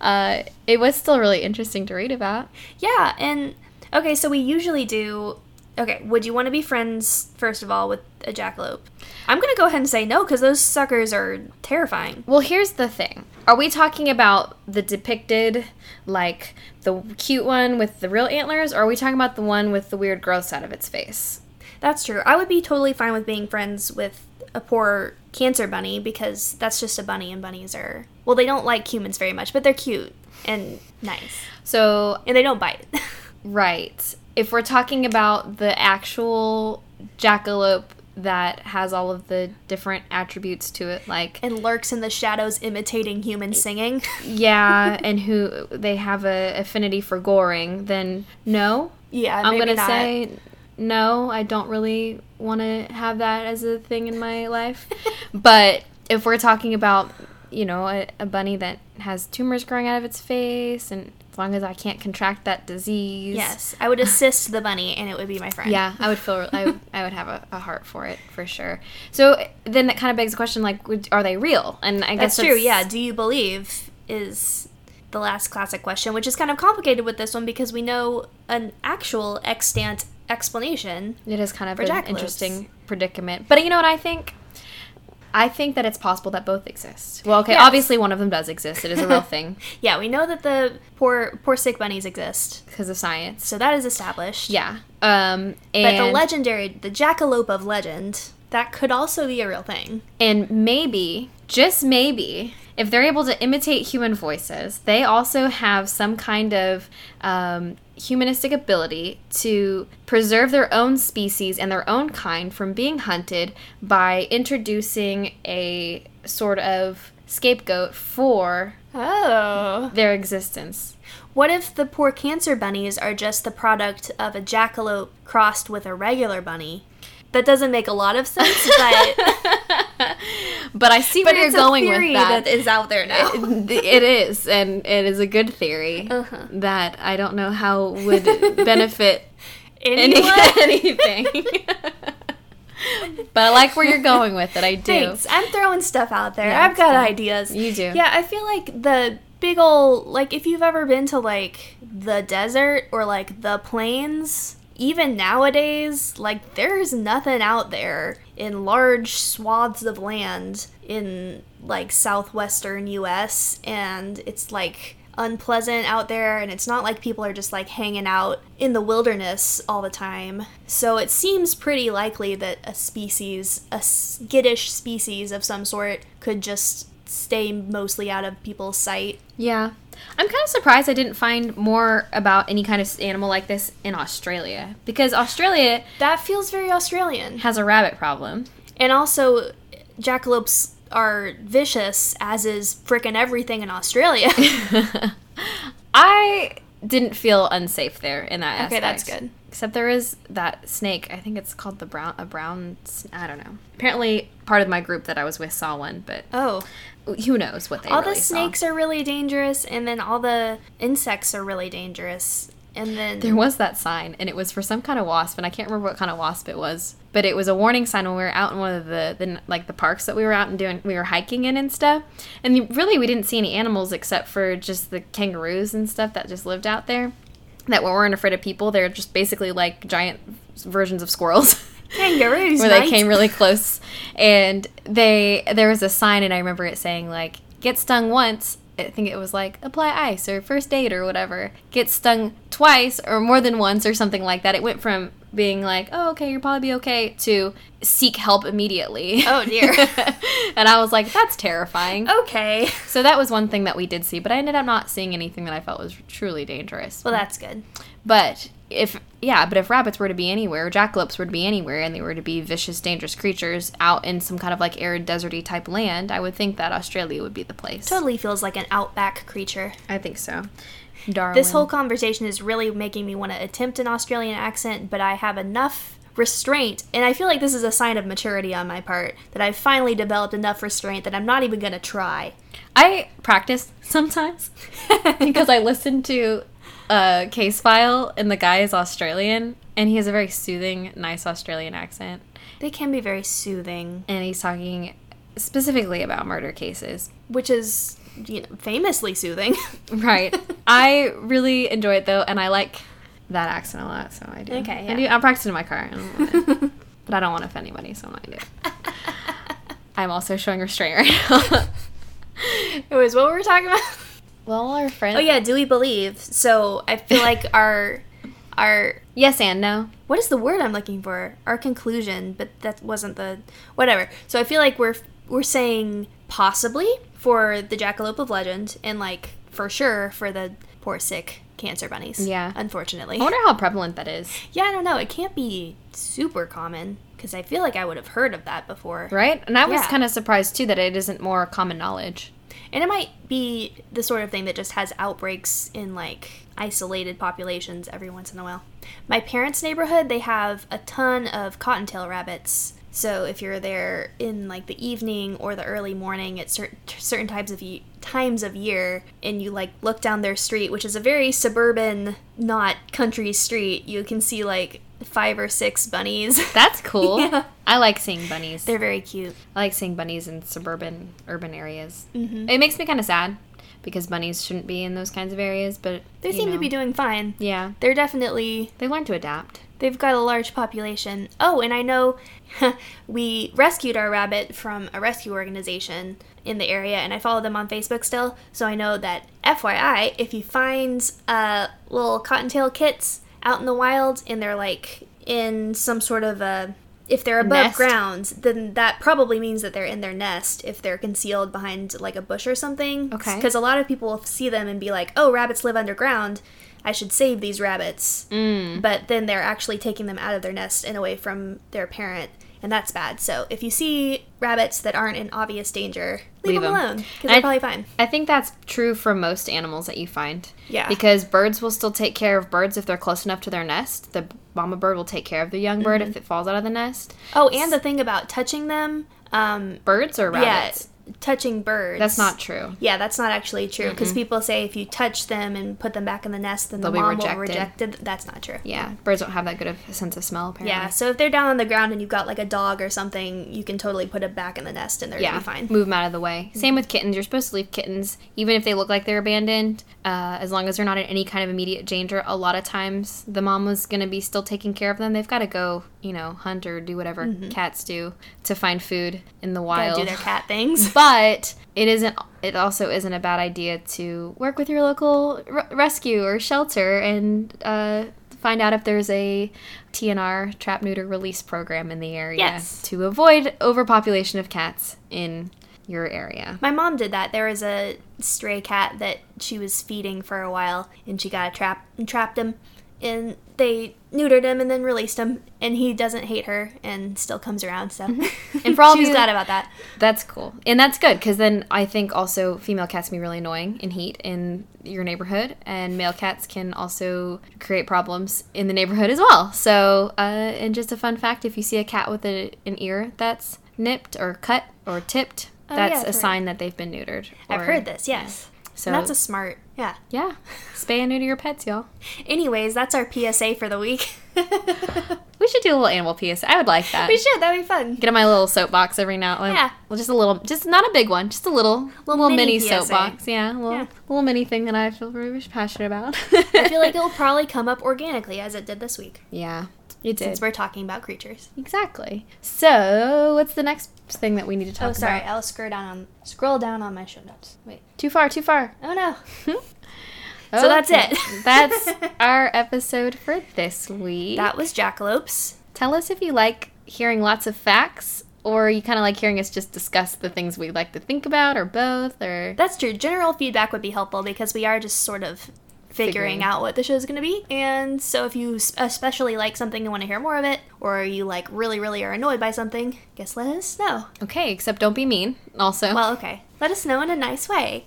[SPEAKER 1] uh, it was still really interesting to read about.
[SPEAKER 2] yeah, and okay, so we usually do. Okay, would you want to be friends first of all with a jackalope? I'm gonna go ahead and say no because those suckers are terrifying.
[SPEAKER 1] Well, here's the thing. Are we talking about the depicted, like the cute one with the real antlers, or are we talking about the one with the weird growths out of its face?
[SPEAKER 2] That's true. I would be totally fine with being friends with a poor cancer bunny because that's just a bunny, and bunnies are well, they don't like humans very much, but they're cute and nice,
[SPEAKER 1] So,
[SPEAKER 2] and they don't bite.
[SPEAKER 1] right. If we're talking about the actual jackalope that has all of the different attributes to it, like
[SPEAKER 2] and lurks in the shadows imitating human singing.
[SPEAKER 1] yeah, and who they have a affinity for goring, then no.
[SPEAKER 2] yeah,
[SPEAKER 1] I'm gonna
[SPEAKER 2] maybe not.
[SPEAKER 1] say no. I don't really want to have that as a thing in my life. but if we're talking about, you know, a, a bunny that has tumors growing out of its face, and as long as I can't contract that disease,
[SPEAKER 2] yes, I would assist the bunny, and it would be my friend.
[SPEAKER 1] yeah, I would feel I, I would have a, a heart for it for sure. So then that kind of begs the question, like, would, are they real? And I
[SPEAKER 2] that's
[SPEAKER 1] guess
[SPEAKER 2] true. Yeah, do you believe is the last classic question, which is kind of complicated with this one because we know an actual extant explanation.
[SPEAKER 1] It is kind of
[SPEAKER 2] For
[SPEAKER 1] an
[SPEAKER 2] jackalopes.
[SPEAKER 1] interesting predicament. But you know what I think? I think that it's possible that both exist. Well, okay,
[SPEAKER 2] Yes.
[SPEAKER 1] obviously one of them does exist. It is a real thing
[SPEAKER 2] Yeah, we know that the poor poor sick bunnies exist,
[SPEAKER 1] because of science.
[SPEAKER 2] so that is established.
[SPEAKER 1] Yeah. Um
[SPEAKER 2] But
[SPEAKER 1] and
[SPEAKER 2] the legendary, the jackalope of legend, that could also be a real thing.
[SPEAKER 1] and maybe, just maybe, if they're able to imitate human voices, they also have some kind of um, humanistic ability to preserve their own species and their own kind from being hunted by introducing a sort of scapegoat for
[SPEAKER 2] Oh.
[SPEAKER 1] their existence.
[SPEAKER 2] What if the poor cancer bunnies are just the product of a jackalope crossed with a regular bunny? That doesn't make a lot of sense, but
[SPEAKER 1] But I see
[SPEAKER 2] but
[SPEAKER 1] where
[SPEAKER 2] it's
[SPEAKER 1] you're going
[SPEAKER 2] a theory
[SPEAKER 1] with that.
[SPEAKER 2] that is out there now.
[SPEAKER 1] it is, and it is a good theory
[SPEAKER 2] Uh-huh.
[SPEAKER 1] that I don't know how would benefit any,
[SPEAKER 2] Anyone?
[SPEAKER 1] anything. but I like where you're going with it. I do.
[SPEAKER 2] Thanks. I'm throwing stuff out there.
[SPEAKER 1] Yeah,
[SPEAKER 2] I've
[SPEAKER 1] it's
[SPEAKER 2] got
[SPEAKER 1] good.
[SPEAKER 2] ideas.
[SPEAKER 1] You do.
[SPEAKER 2] Yeah, I feel like the big ol' like if you've ever been to like the desert or like the plains, even nowadays, like there's nothing out there in large swaths of land in like southwestern US and it's like unpleasant out there and it's not like people are just like hanging out in the wilderness all the time. So it seems pretty likely that a species, a skittish species of some sort, could just stay mostly out of people's sight.
[SPEAKER 1] Yeah. I'm kind of surprised I didn't find more about any kind of animal like this in Australia because Australia
[SPEAKER 2] That feels very Australian.
[SPEAKER 1] has a rabbit problem.
[SPEAKER 2] And also, jackalopes are vicious, as is frickin' everything in Australia.
[SPEAKER 1] I didn't feel unsafe there in that
[SPEAKER 2] Okay,
[SPEAKER 1] aspect.
[SPEAKER 2] that's good.
[SPEAKER 1] Except there is that snake. I think it's called the brown a brown. s- I don't know. Apparently, part of my group that I was with saw one, but
[SPEAKER 2] oh.
[SPEAKER 1] who knows what they
[SPEAKER 2] all
[SPEAKER 1] really
[SPEAKER 2] the
[SPEAKER 1] saw.
[SPEAKER 2] snakes are really dangerous and then all the insects are really dangerous and then
[SPEAKER 1] There was that sign, and it was for some kind of wasp, and I can't remember what kind of wasp it was, but it was a warning sign when we were out in one of the, the like the parks that we were out and doing, we were hiking in and stuff. And you- really, we didn't see any animals except for just the kangaroos and stuff that just lived out there, that weren't afraid of people. They're just basically like giant versions of squirrels.
[SPEAKER 2] kangaroos
[SPEAKER 1] where
[SPEAKER 2] right?
[SPEAKER 1] they came really close and they there was a sign and i remember it saying like get stung once i think it was like apply ice or first aid or whatever get stung twice or more than once or something like that it went from being like oh okay you'll probably be okay to seek help immediately
[SPEAKER 2] Oh, dear. Oh.
[SPEAKER 1] and i was like that's terrifying
[SPEAKER 2] okay
[SPEAKER 1] so that was one thing that we did see but i ended up not seeing anything that i felt was truly dangerous
[SPEAKER 2] well that's good
[SPEAKER 1] but if yeah, but if rabbits were to be anywhere, jackalopes were to be anywhere, and they were to be vicious, dangerous creatures out in some kind of like arid, deserty type land, I would think that Australia would be the place.
[SPEAKER 2] totally feels like an outback creature
[SPEAKER 1] I think so. Darwin.
[SPEAKER 2] this whole conversation is really making me want to attempt an australian accent but i have enough restraint and i feel like this is a sign of maturity on my part that i've finally developed enough restraint that i'm not even gonna try
[SPEAKER 1] I practice sometimes because I listen to a case file, and the guy is Australian, and he has a very soothing, nice Australian accent,
[SPEAKER 2] they can be very soothing
[SPEAKER 1] and he's talking specifically about murder cases.
[SPEAKER 2] which is you know famously soothing
[SPEAKER 1] Right. I really enjoy it though, and I like that accent a lot, so I do.
[SPEAKER 2] Okay,
[SPEAKER 1] I
[SPEAKER 2] yeah.
[SPEAKER 1] do. I practice it in my car, I don't wanna- but I don't want to offend anybody, so I'm not gonna do it. I'm also showing restraint right now.
[SPEAKER 2] it was what we were talking about
[SPEAKER 1] well, our friend.
[SPEAKER 2] Oh yeah, do we believe? So I feel like our our
[SPEAKER 1] Yes and no.
[SPEAKER 2] what is the word I'm looking for? Our conclusion, but that wasn't the whatever. So I feel like we're we're saying possibly for the jackalope of legend and like for sure for the poor sick cancer bunnies.
[SPEAKER 1] Yeah.
[SPEAKER 2] Unfortunately.
[SPEAKER 1] I wonder how prevalent that is,
[SPEAKER 2] Yeah, I don't know. It can't be super common cuz I feel like I would have heard of that before.
[SPEAKER 1] right? And I was
[SPEAKER 2] Yeah.
[SPEAKER 1] kind of surprised too that it isn't more common knowledge.
[SPEAKER 2] And it might be the sort of thing that just has outbreaks in like isolated populations every once in a while. My parents' neighborhood, they have a ton of cottontail rabbits. So if you're there in like the evening or the early morning at cer- certain times of ye- times of year and you like look down their street, which is a very suburban, not country street, you can see like five or six bunnies.
[SPEAKER 1] That's cool.
[SPEAKER 2] Yeah.
[SPEAKER 1] I like seeing bunnies.
[SPEAKER 2] They're very cute.
[SPEAKER 1] I like seeing bunnies in suburban, urban areas.
[SPEAKER 2] Mm-hmm.
[SPEAKER 1] It makes me kind of sad because bunnies shouldn't be in those kinds of areas, but
[SPEAKER 2] They
[SPEAKER 1] you
[SPEAKER 2] seem to
[SPEAKER 1] know.
[SPEAKER 2] be doing fine.
[SPEAKER 1] Yeah,
[SPEAKER 2] They're definitely
[SPEAKER 1] they learn to adapt.
[SPEAKER 2] They've got a large population. Oh, and I know we rescued our rabbit from a rescue organization in the area, and I follow them on Facebook still. So I know that, FYI, if you find uh, little cottontail kits out in the wild and they're like in some sort of a. If they're above
[SPEAKER 1] Nest.
[SPEAKER 2] ground, then that probably means that they're in their nest if they're concealed behind like a bush or something.
[SPEAKER 1] Okay.
[SPEAKER 2] Because a lot of people will see them and be like, oh, rabbits live underground. I should save these rabbits but then they're actually taking them out of their nest and away from their parent and that's bad so if you see rabbits that aren't in obvious danger leave,
[SPEAKER 1] Leave
[SPEAKER 2] them
[SPEAKER 1] 'em.
[SPEAKER 2] alone because
[SPEAKER 1] And
[SPEAKER 2] they're
[SPEAKER 1] I-
[SPEAKER 2] probably fine
[SPEAKER 1] I think that's true for most animals that you find.
[SPEAKER 2] Yeah.
[SPEAKER 1] Because birds will still take care of birds if they're close enough to their nest. The mama bird will take care of the young bird
[SPEAKER 2] Mm-hmm.
[SPEAKER 1] if it falls out of the nest.
[SPEAKER 2] oh and the thing about touching them um
[SPEAKER 1] Birds or rabbits?
[SPEAKER 2] yeah touching birds
[SPEAKER 1] That's not true.
[SPEAKER 2] yeah that's not actually true because people say if you touch them and put them back in the nest then the
[SPEAKER 1] Mm-hmm. They'll be
[SPEAKER 2] mom will reject
[SPEAKER 1] rejected.
[SPEAKER 2] it that's not true
[SPEAKER 1] Yeah. Birds don't have that good of a sense of smell, apparently.
[SPEAKER 2] yeah so if they're down on the ground and you've got like a dog or something you can totally put it back in the nest and they're
[SPEAKER 1] Yeah,
[SPEAKER 2] gonna be fine Mm-hmm.
[SPEAKER 1] move them out of the way. Same with kittens. You're supposed to leave kittens, even if they look like they're abandoned, uh, as long as they're not in any kind of immediate danger. A lot of times, the mom was going to be still taking care of them. They've got to go, you know, hunt or do whatever cats do to find food in the
[SPEAKER 2] Mm-hmm. Gotta
[SPEAKER 1] wild.
[SPEAKER 2] do their cat things
[SPEAKER 1] but it isn't. It also isn't a bad idea to work with your local r- rescue or shelter and uh, find out if there's a TNR trap neuter release program in the area
[SPEAKER 2] Yes.
[SPEAKER 1] to avoid overpopulation of cats in your area.
[SPEAKER 2] My mom did that. There was a stray cat that she was feeding for a while, and she got trapped and trapped him, and they neutered him and then released him, and he doesn't hate her and still comes around. So, and
[SPEAKER 1] for all of
[SPEAKER 2] she was
[SPEAKER 1] you-
[SPEAKER 2] glad about that.
[SPEAKER 1] That's cool. And that's good because then I think also female cats can be really annoying in heat in your neighborhood, and male cats can also create problems in the neighborhood as well. So, uh, and just a fun fact if you see a cat with a, an ear that's nipped or cut or tipped,
[SPEAKER 2] Oh, yeah,
[SPEAKER 1] that's
[SPEAKER 2] I've
[SPEAKER 1] a
[SPEAKER 2] heard.
[SPEAKER 1] sign that they've been neutered.
[SPEAKER 2] I've
[SPEAKER 1] or-
[SPEAKER 2] heard this. Yes,
[SPEAKER 1] So,
[SPEAKER 2] and that's a smart. Yeah.
[SPEAKER 1] yeah, spay and neuter your pets, y'all.
[SPEAKER 2] Anyways, that's our PSA for the week.
[SPEAKER 1] We should do a little animal piece. I would like that.
[SPEAKER 2] we should. That'd be fun.
[SPEAKER 1] Get on my little soapbox every now and then.
[SPEAKER 2] Yeah.
[SPEAKER 1] Well, just a little, just not a big one, just a little, little, mini,
[SPEAKER 2] mini PSA.
[SPEAKER 1] soapbox. Yeah, a little,
[SPEAKER 2] Yeah.
[SPEAKER 1] little mini thing that I feel very passionate about.
[SPEAKER 2] I feel like it'll probably come up organically as it did this week,
[SPEAKER 1] yeah, you did
[SPEAKER 2] since we're talking about creatures.
[SPEAKER 1] exactly. So, what's the next thing that we need to talk
[SPEAKER 2] Oh, sorry.
[SPEAKER 1] about?
[SPEAKER 2] I'll scroll down on scroll down on my show notes. Wait.
[SPEAKER 1] Too far, too far.
[SPEAKER 2] Oh no.
[SPEAKER 1] Okay.
[SPEAKER 2] that's it.
[SPEAKER 1] that's our episode for this week.
[SPEAKER 2] That was jackalopes.
[SPEAKER 1] Tell us if you like hearing lots of facts, or you kind of like hearing us just discuss the things we like to think about, or both, or
[SPEAKER 2] That's true. General feedback would be helpful because we are just sort of figuring,
[SPEAKER 1] Figuring.
[SPEAKER 2] out what the show's going to be. And so if you s- especially like something and want to hear more of it, or you like really, really are annoyed by something, guess let us know.
[SPEAKER 1] okay. Except don't be mean. Also,
[SPEAKER 2] Well, okay. Let us know in a nice way.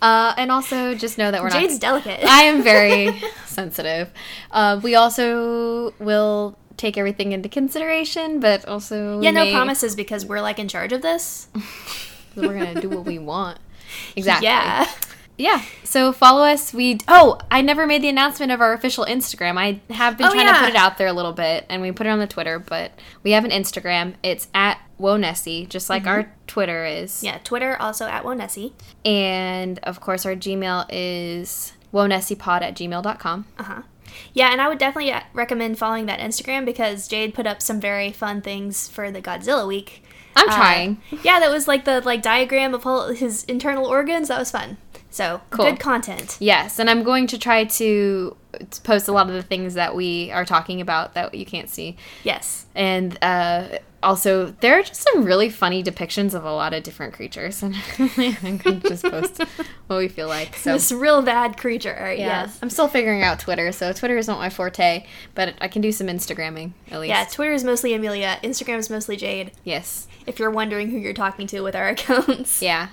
[SPEAKER 1] Uh, and also, just know that we're
[SPEAKER 2] Jade's
[SPEAKER 1] not.
[SPEAKER 2] delicate.
[SPEAKER 1] I am very sensitive. Uh, we also will take everything into consideration, but also we
[SPEAKER 2] yeah, no
[SPEAKER 1] may-
[SPEAKER 2] promises because we're like in charge of this.
[SPEAKER 1] We're gonna do what we want. Exactly.
[SPEAKER 2] Yeah.
[SPEAKER 1] Yeah. So follow us. We oh, I never made the announcement of our official Instagram. I have been
[SPEAKER 2] Oh,
[SPEAKER 1] trying
[SPEAKER 2] yeah.
[SPEAKER 1] to put it out there a little bit, and we put it on the Twitter, but we have an Instagram. It's at Wonessie, just like our
[SPEAKER 2] Mm-hmm.
[SPEAKER 1] Twitter is.
[SPEAKER 2] Yeah, Twitter also at Wonessie.
[SPEAKER 1] And of course, our Gmail is wonessiepod at gmail.com.
[SPEAKER 2] Uh-huh. Yeah, and I would definitely uh, recommend following that Instagram because Jade put up some very fun things for the Godzilla week.
[SPEAKER 1] I'm
[SPEAKER 2] Uh,
[SPEAKER 1] trying.
[SPEAKER 2] yeah, that was like the like diagram of all his internal organs. That was fun. So
[SPEAKER 1] Cool.
[SPEAKER 2] good content.
[SPEAKER 1] Yes, and I'm going to try to to post a lot of the things that we are talking about that you can't see.
[SPEAKER 2] Yes.
[SPEAKER 1] And uh, also, there are just some really funny depictions of a lot of different creatures. And I'm going to just post what we feel like. So,
[SPEAKER 2] This real bad creature. All right,
[SPEAKER 1] yeah.
[SPEAKER 2] Yes.
[SPEAKER 1] I'm still figuring out Twitter, so Twitter is not my forte, but I can do some Instagramming at least.
[SPEAKER 2] Yeah, Twitter is mostly Amelia. Instagram is mostly Jade.
[SPEAKER 1] Yes.
[SPEAKER 2] If you're wondering who you're talking to with our accounts.
[SPEAKER 1] Yeah.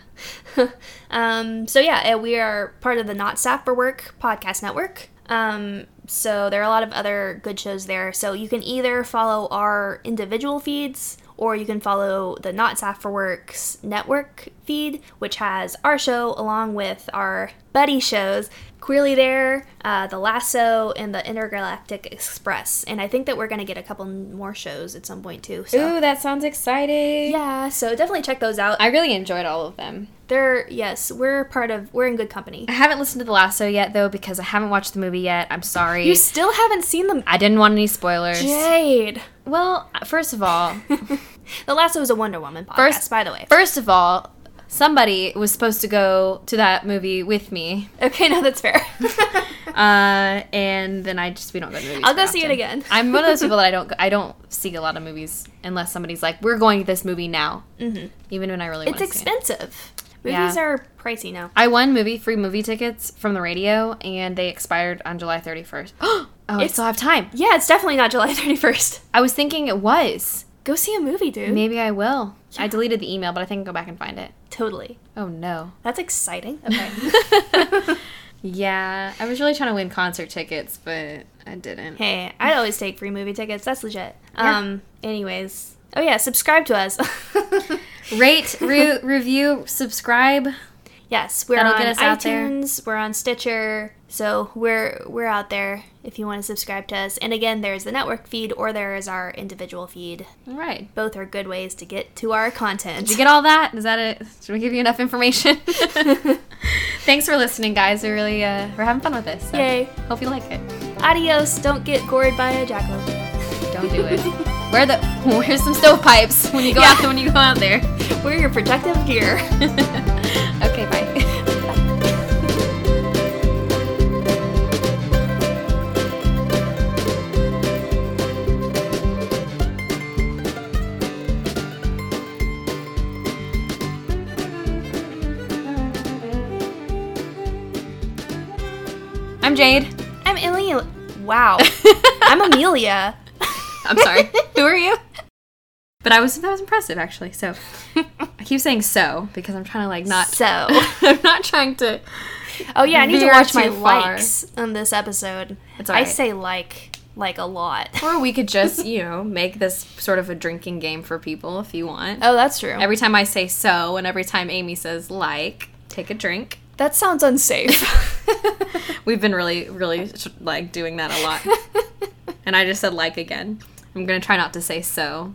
[SPEAKER 2] um, so yeah, and we are part of the Not Staff for Work podcast network. Um, so there are a lot of other good shows there. So you can either follow our individual feeds or you can follow the Not Staff for Work's network feed, which has our show along with our buddy shows. Queerly There, uh, The Lasso, and The Intergalactic Express. And I think that we're going to get a couple more shows at some point too. So,
[SPEAKER 1] Ooh, that sounds exciting.
[SPEAKER 2] yeah, so definitely check those out.
[SPEAKER 1] I really enjoyed all of them.
[SPEAKER 2] They're, yes, we're part of, we're in good company.
[SPEAKER 1] I haven't listened to The Lasso yet, though, because I haven't watched the movie yet. I'm sorry.
[SPEAKER 2] You still haven't seen them,
[SPEAKER 1] I didn't want any spoilers.
[SPEAKER 2] Jade.
[SPEAKER 1] Well, first of all,
[SPEAKER 2] The Lasso is a Wonder Woman podcast,
[SPEAKER 1] First-
[SPEAKER 2] by the way.
[SPEAKER 1] first of all, somebody was supposed to go to that movie with me,
[SPEAKER 2] okay, no, that's fair.
[SPEAKER 1] uh, and then I just we don't go to movies.
[SPEAKER 2] I'll go
[SPEAKER 1] very
[SPEAKER 2] see it
[SPEAKER 1] often.
[SPEAKER 2] again.
[SPEAKER 1] I'm one of those people that I don't go- I don't see a lot of movies unless somebody's like, "We're going to this movie now," mm-hmm. even when I really
[SPEAKER 2] it's
[SPEAKER 1] want to see it.
[SPEAKER 2] expensive.
[SPEAKER 1] Yeah.
[SPEAKER 2] Movies are pricey now.
[SPEAKER 1] I won movie free movie tickets from the radio, and they expired on July 31st. oh, I
[SPEAKER 2] It's-
[SPEAKER 1] still have time.
[SPEAKER 2] Yeah, it's definitely not July 31st.
[SPEAKER 1] I was thinking it was.
[SPEAKER 2] Go see a movie, dude.
[SPEAKER 1] Maybe I will. I deleted the email, but I think I'll go back and find it.
[SPEAKER 2] Totally.
[SPEAKER 1] Oh no.
[SPEAKER 2] That's exciting. Okay.
[SPEAKER 1] Yeah, I was really trying to win concert tickets, but I didn't.
[SPEAKER 2] hey, I'd always take free movie tickets. That's legit. Um, anyways. Oh, yeah, subscribe to us.
[SPEAKER 1] Rate, re- review, subscribe.
[SPEAKER 2] yes, we're
[SPEAKER 1] That'll
[SPEAKER 2] on
[SPEAKER 1] get us out there.
[SPEAKER 2] iTunes, we're on Stitcher. So we're we're out there if you want to subscribe to us. And again, there's the network feed or there is our individual feed.
[SPEAKER 1] All right.
[SPEAKER 2] both are good ways to get to our content.
[SPEAKER 1] Did you get all that? Is that it? Did we give you enough information? Thanks for listening, guys. We really uh, we're having fun with this. So
[SPEAKER 2] Yay.
[SPEAKER 1] Hope you like it.
[SPEAKER 2] Adios. Don't get gored by a jackalope.
[SPEAKER 1] Don't do it. Wear the wear some stovepipes when you go
[SPEAKER 2] Yeah.
[SPEAKER 1] out when you go out there.
[SPEAKER 2] Wear your protective gear.
[SPEAKER 1] okay, bye. I'm Jade.
[SPEAKER 2] I'm Amelia. Wow. I'm Amelia.
[SPEAKER 1] I'm sorry. Who are you? But I was that was impressive actually. So I keep saying so because I'm trying to like not
[SPEAKER 2] so.
[SPEAKER 1] I'm not trying to
[SPEAKER 2] Oh yeah, I need to
[SPEAKER 1] Veer
[SPEAKER 2] watch my
[SPEAKER 1] too far.
[SPEAKER 2] likes on this episode.
[SPEAKER 1] It's
[SPEAKER 2] I
[SPEAKER 1] alright.
[SPEAKER 2] say like like a lot.
[SPEAKER 1] Or we could just, you know, make this sort of a drinking game for people if you want.
[SPEAKER 2] Oh, that's true.
[SPEAKER 1] Every time I say so and every time Amy says like, take a drink.
[SPEAKER 2] that sounds unsafe.
[SPEAKER 1] We've been really, really like doing that a lot. and I just said like again. I'm going to try not to say so